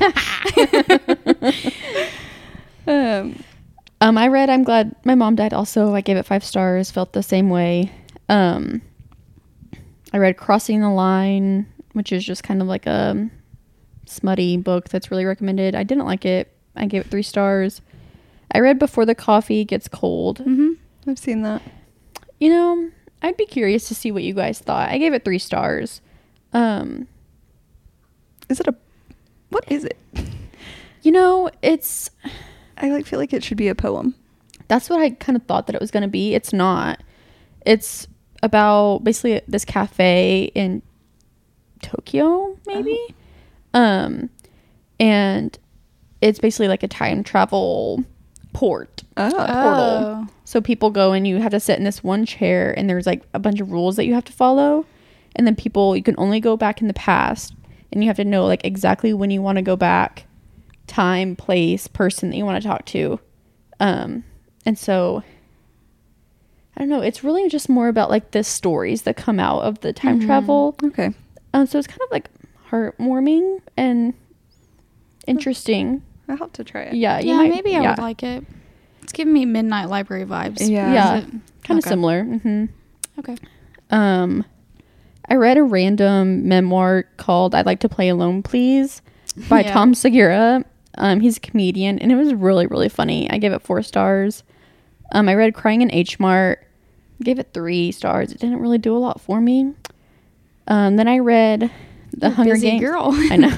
Speaker 2: Um,
Speaker 1: Um, I read. I'm glad my mom died. Also, I gave it five stars. Felt the same way. Um, I read Crossing the Line, which is just kind of like a smutty book that's really recommended. I didn't like it. I gave it three stars. I read Before the Coffee Gets Cold.
Speaker 3: Mm-hmm.
Speaker 2: I've seen that.
Speaker 1: You know, I'd be curious to see what you guys thought. I gave it three stars. Um,
Speaker 2: Is it a What is it?
Speaker 1: you know, it's
Speaker 2: I like feel like it should be a poem.
Speaker 1: that's what I kind of thought that it was going to be. It's not. It's about basically this cafe in Tokyo, maybe. Um and it's basically like a time travel port.
Speaker 2: Oh,
Speaker 3: oh
Speaker 1: So people go and you have to sit in this one chair and there's like a bunch of rules that you have to follow. And then people you can only go back in the past and you have to know like exactly when you want to go back, time, place, person that you want to talk to. Um and so I don't know, it's really just more about like the stories that come out of the
Speaker 3: Mm-hmm.
Speaker 1: time travel.
Speaker 2: Okay.
Speaker 1: Um so it's kind of like heartwarming and interesting.
Speaker 2: I'll have to try it.
Speaker 1: Yeah, you
Speaker 3: yeah
Speaker 1: might-
Speaker 3: maybe i
Speaker 1: yeah.
Speaker 3: would like it It's giving me midnight library vibes.
Speaker 2: Yeah.
Speaker 1: Yeah.
Speaker 3: Is it?
Speaker 1: Kind of
Speaker 3: Okay.
Speaker 1: similar. hmm
Speaker 3: Okay.
Speaker 1: Um, I read a random memoir called "I'd Like to Play Alone, Please" by
Speaker 3: Yeah.
Speaker 1: Tom Segura. Um, he's a comedian, and it was really, really funny. I gave it four stars. Um, I read "Crying in H Mart," gave it three stars. It didn't really do a lot for me. Um, then I read "The
Speaker 3: You're a
Speaker 1: Hunger
Speaker 3: busy
Speaker 1: Games."
Speaker 3: girl.
Speaker 1: I know.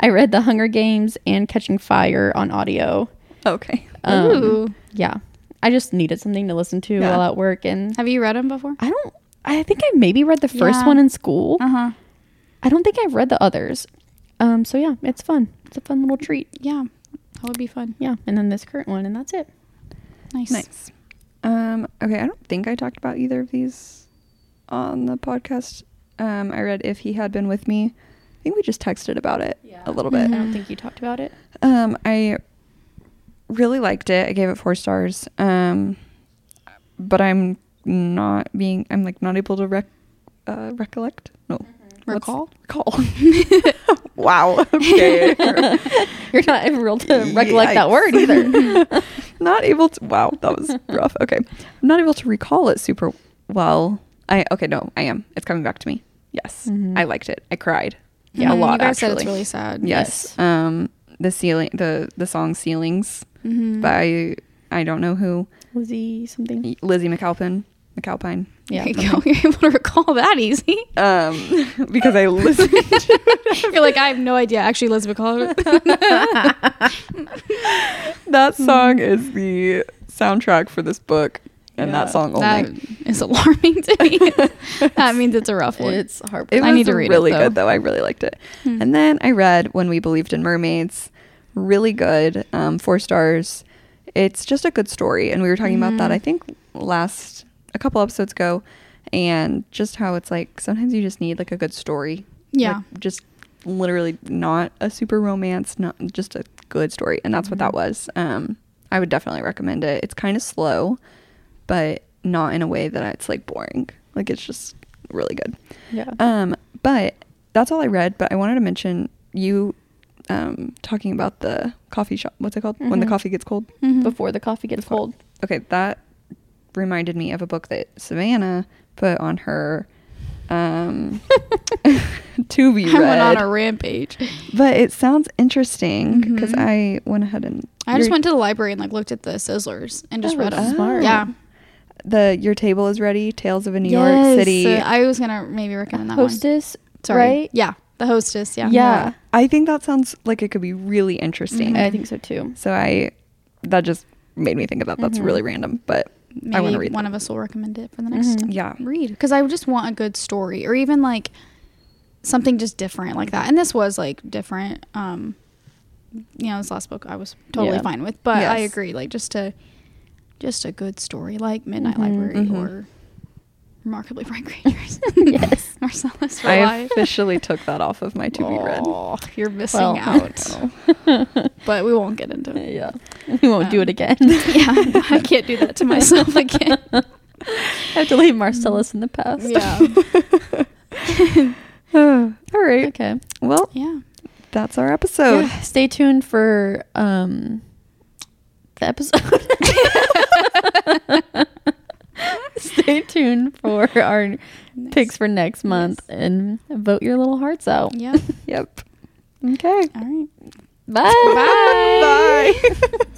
Speaker 1: I read "The Hunger Games" and "Catching Fire" on audio.
Speaker 2: Okay.
Speaker 1: Um,
Speaker 3: Ooh.
Speaker 1: Yeah, I just needed something to listen to
Speaker 2: Yeah.
Speaker 1: while at work, and
Speaker 3: Have you read them before?
Speaker 1: I don't. I think I maybe read the first
Speaker 3: Yeah.
Speaker 1: one in school.
Speaker 3: Uh huh.
Speaker 1: I don't think I've read the others. Um, so yeah, it's fun. It's a fun little treat.
Speaker 3: Yeah. That would be fun.
Speaker 1: Yeah, and then this current one, and that's it.
Speaker 3: Nice. Mm-hmm.
Speaker 2: Nice. Um, okay, I don't think I talked about either of these on the podcast. Um, I read If He Had Been With Me. I think we just texted about it a little bit.
Speaker 1: I don't think you talked about it.
Speaker 2: Um, I really liked it. I gave it four stars. Um, but I'm not being. I'm like not able to rec- uh, recollect. No,
Speaker 3: Recall?
Speaker 2: recall. wow. Okay.
Speaker 1: You're not able to recollect that word either.
Speaker 2: not able to. Wow, that was rough. Okay, I'm not able to recall it super well. I okay. No, I am. It's coming back to me. Yes, I liked it. I cried. Yeah, a
Speaker 3: Mhm.
Speaker 2: lot.
Speaker 3: Mm-hmm. You guys
Speaker 2: actually.
Speaker 3: said it's really sad.
Speaker 2: Yes. Um, the ceiling, the the song "Ceilings"
Speaker 3: mm-hmm.
Speaker 2: by I don't know who
Speaker 1: Lizzie something.
Speaker 2: Lizzie McAlpin. McAlpine.
Speaker 1: Yeah.
Speaker 3: There you go. You're able to recall that easy.
Speaker 2: Um, because I listened.
Speaker 3: You're like, I have no idea. Actually, Elizabeth Collar.
Speaker 2: that
Speaker 3: Mm-hmm.
Speaker 2: song is the soundtrack for this book, and that song only.
Speaker 3: that is alarming to me. that means it's a rough one.
Speaker 1: It's heartbreaking.
Speaker 2: It
Speaker 3: I
Speaker 2: was
Speaker 3: need to read it,
Speaker 2: really
Speaker 3: though. Hmm.
Speaker 2: good though. I really liked it. And then I read When We Believed in Mermaids. Really good. Um, four stars. It's just a good story. And we were talking about
Speaker 3: Mm-hmm.
Speaker 2: that I think last a couple episodes ago. And just how it's like sometimes you just need like a good story.
Speaker 3: Yeah.
Speaker 2: Like, just literally not a super romance, not just a good story. And that's what that
Speaker 3: Mm-hmm.
Speaker 2: was. Um, I would definitely recommend it. It's kind of slow, but not in a way that it's like boring. Like it's just really good.
Speaker 1: Yeah.
Speaker 2: Um, but that's all I read. But I wanted to mention you um, talking about the coffee shop. What's it called? When the
Speaker 3: Mm-hmm.
Speaker 2: coffee gets cold.
Speaker 1: Before the coffee gets cold.
Speaker 2: Okay, that reminded me of a book that Savannah put on her um, to be read.
Speaker 3: I went on a rampage.
Speaker 2: but it sounds interesting because I went ahead and
Speaker 3: Mm-hmm. I just
Speaker 2: your-
Speaker 3: went to the library and like looked at the sizzlers and just
Speaker 1: Oh,
Speaker 3: read
Speaker 1: that's
Speaker 3: them.
Speaker 1: smart.
Speaker 3: Yeah.
Speaker 2: the your table is ready. Tales of a New
Speaker 1: Yes.
Speaker 2: York City.
Speaker 3: So uh, I was gonna maybe recommend that one.
Speaker 1: Hostess,
Speaker 3: Sorry.
Speaker 1: right?
Speaker 3: Yeah. The hostess. Yeah.
Speaker 1: Yeah.
Speaker 2: I think that sounds like it could be really interesting.
Speaker 3: Mm-hmm.
Speaker 1: I think so too.
Speaker 2: So I that just made me think of that. That's really random, but
Speaker 3: Maybe
Speaker 2: I want to read
Speaker 3: one
Speaker 2: that. Mm-hmm.
Speaker 3: of us will recommend it for the next
Speaker 2: Yeah.
Speaker 3: read because I just want a good story or even like something just different like that. And this was like different. Um, you know, this last book I was totally
Speaker 1: Yeah.
Speaker 3: fine with, but I
Speaker 2: Yes.
Speaker 3: agree. Like just a just a good story like Midnight Library or Remarkably Bright Creatures. yes, Marcellus for
Speaker 2: I
Speaker 3: life.
Speaker 2: officially took that off of my to be read.
Speaker 3: Oh, you're missing
Speaker 1: Well,
Speaker 3: out. but we won't get into it.
Speaker 1: Yeah. We won't
Speaker 3: Um.
Speaker 1: do it again.
Speaker 3: Yeah, I can't do that to myself again.
Speaker 1: I have to leave Marcellus in the past.
Speaker 3: Yeah,
Speaker 2: All right.
Speaker 1: Okay.
Speaker 2: Well,
Speaker 3: yeah.
Speaker 2: that's our episode.
Speaker 1: Yeah, stay tuned for um the episode. stay tuned for our picks for next month and vote your little hearts out.
Speaker 3: Yeah.
Speaker 2: Yep. Okay.
Speaker 3: All right.
Speaker 1: Bye.
Speaker 2: Bye.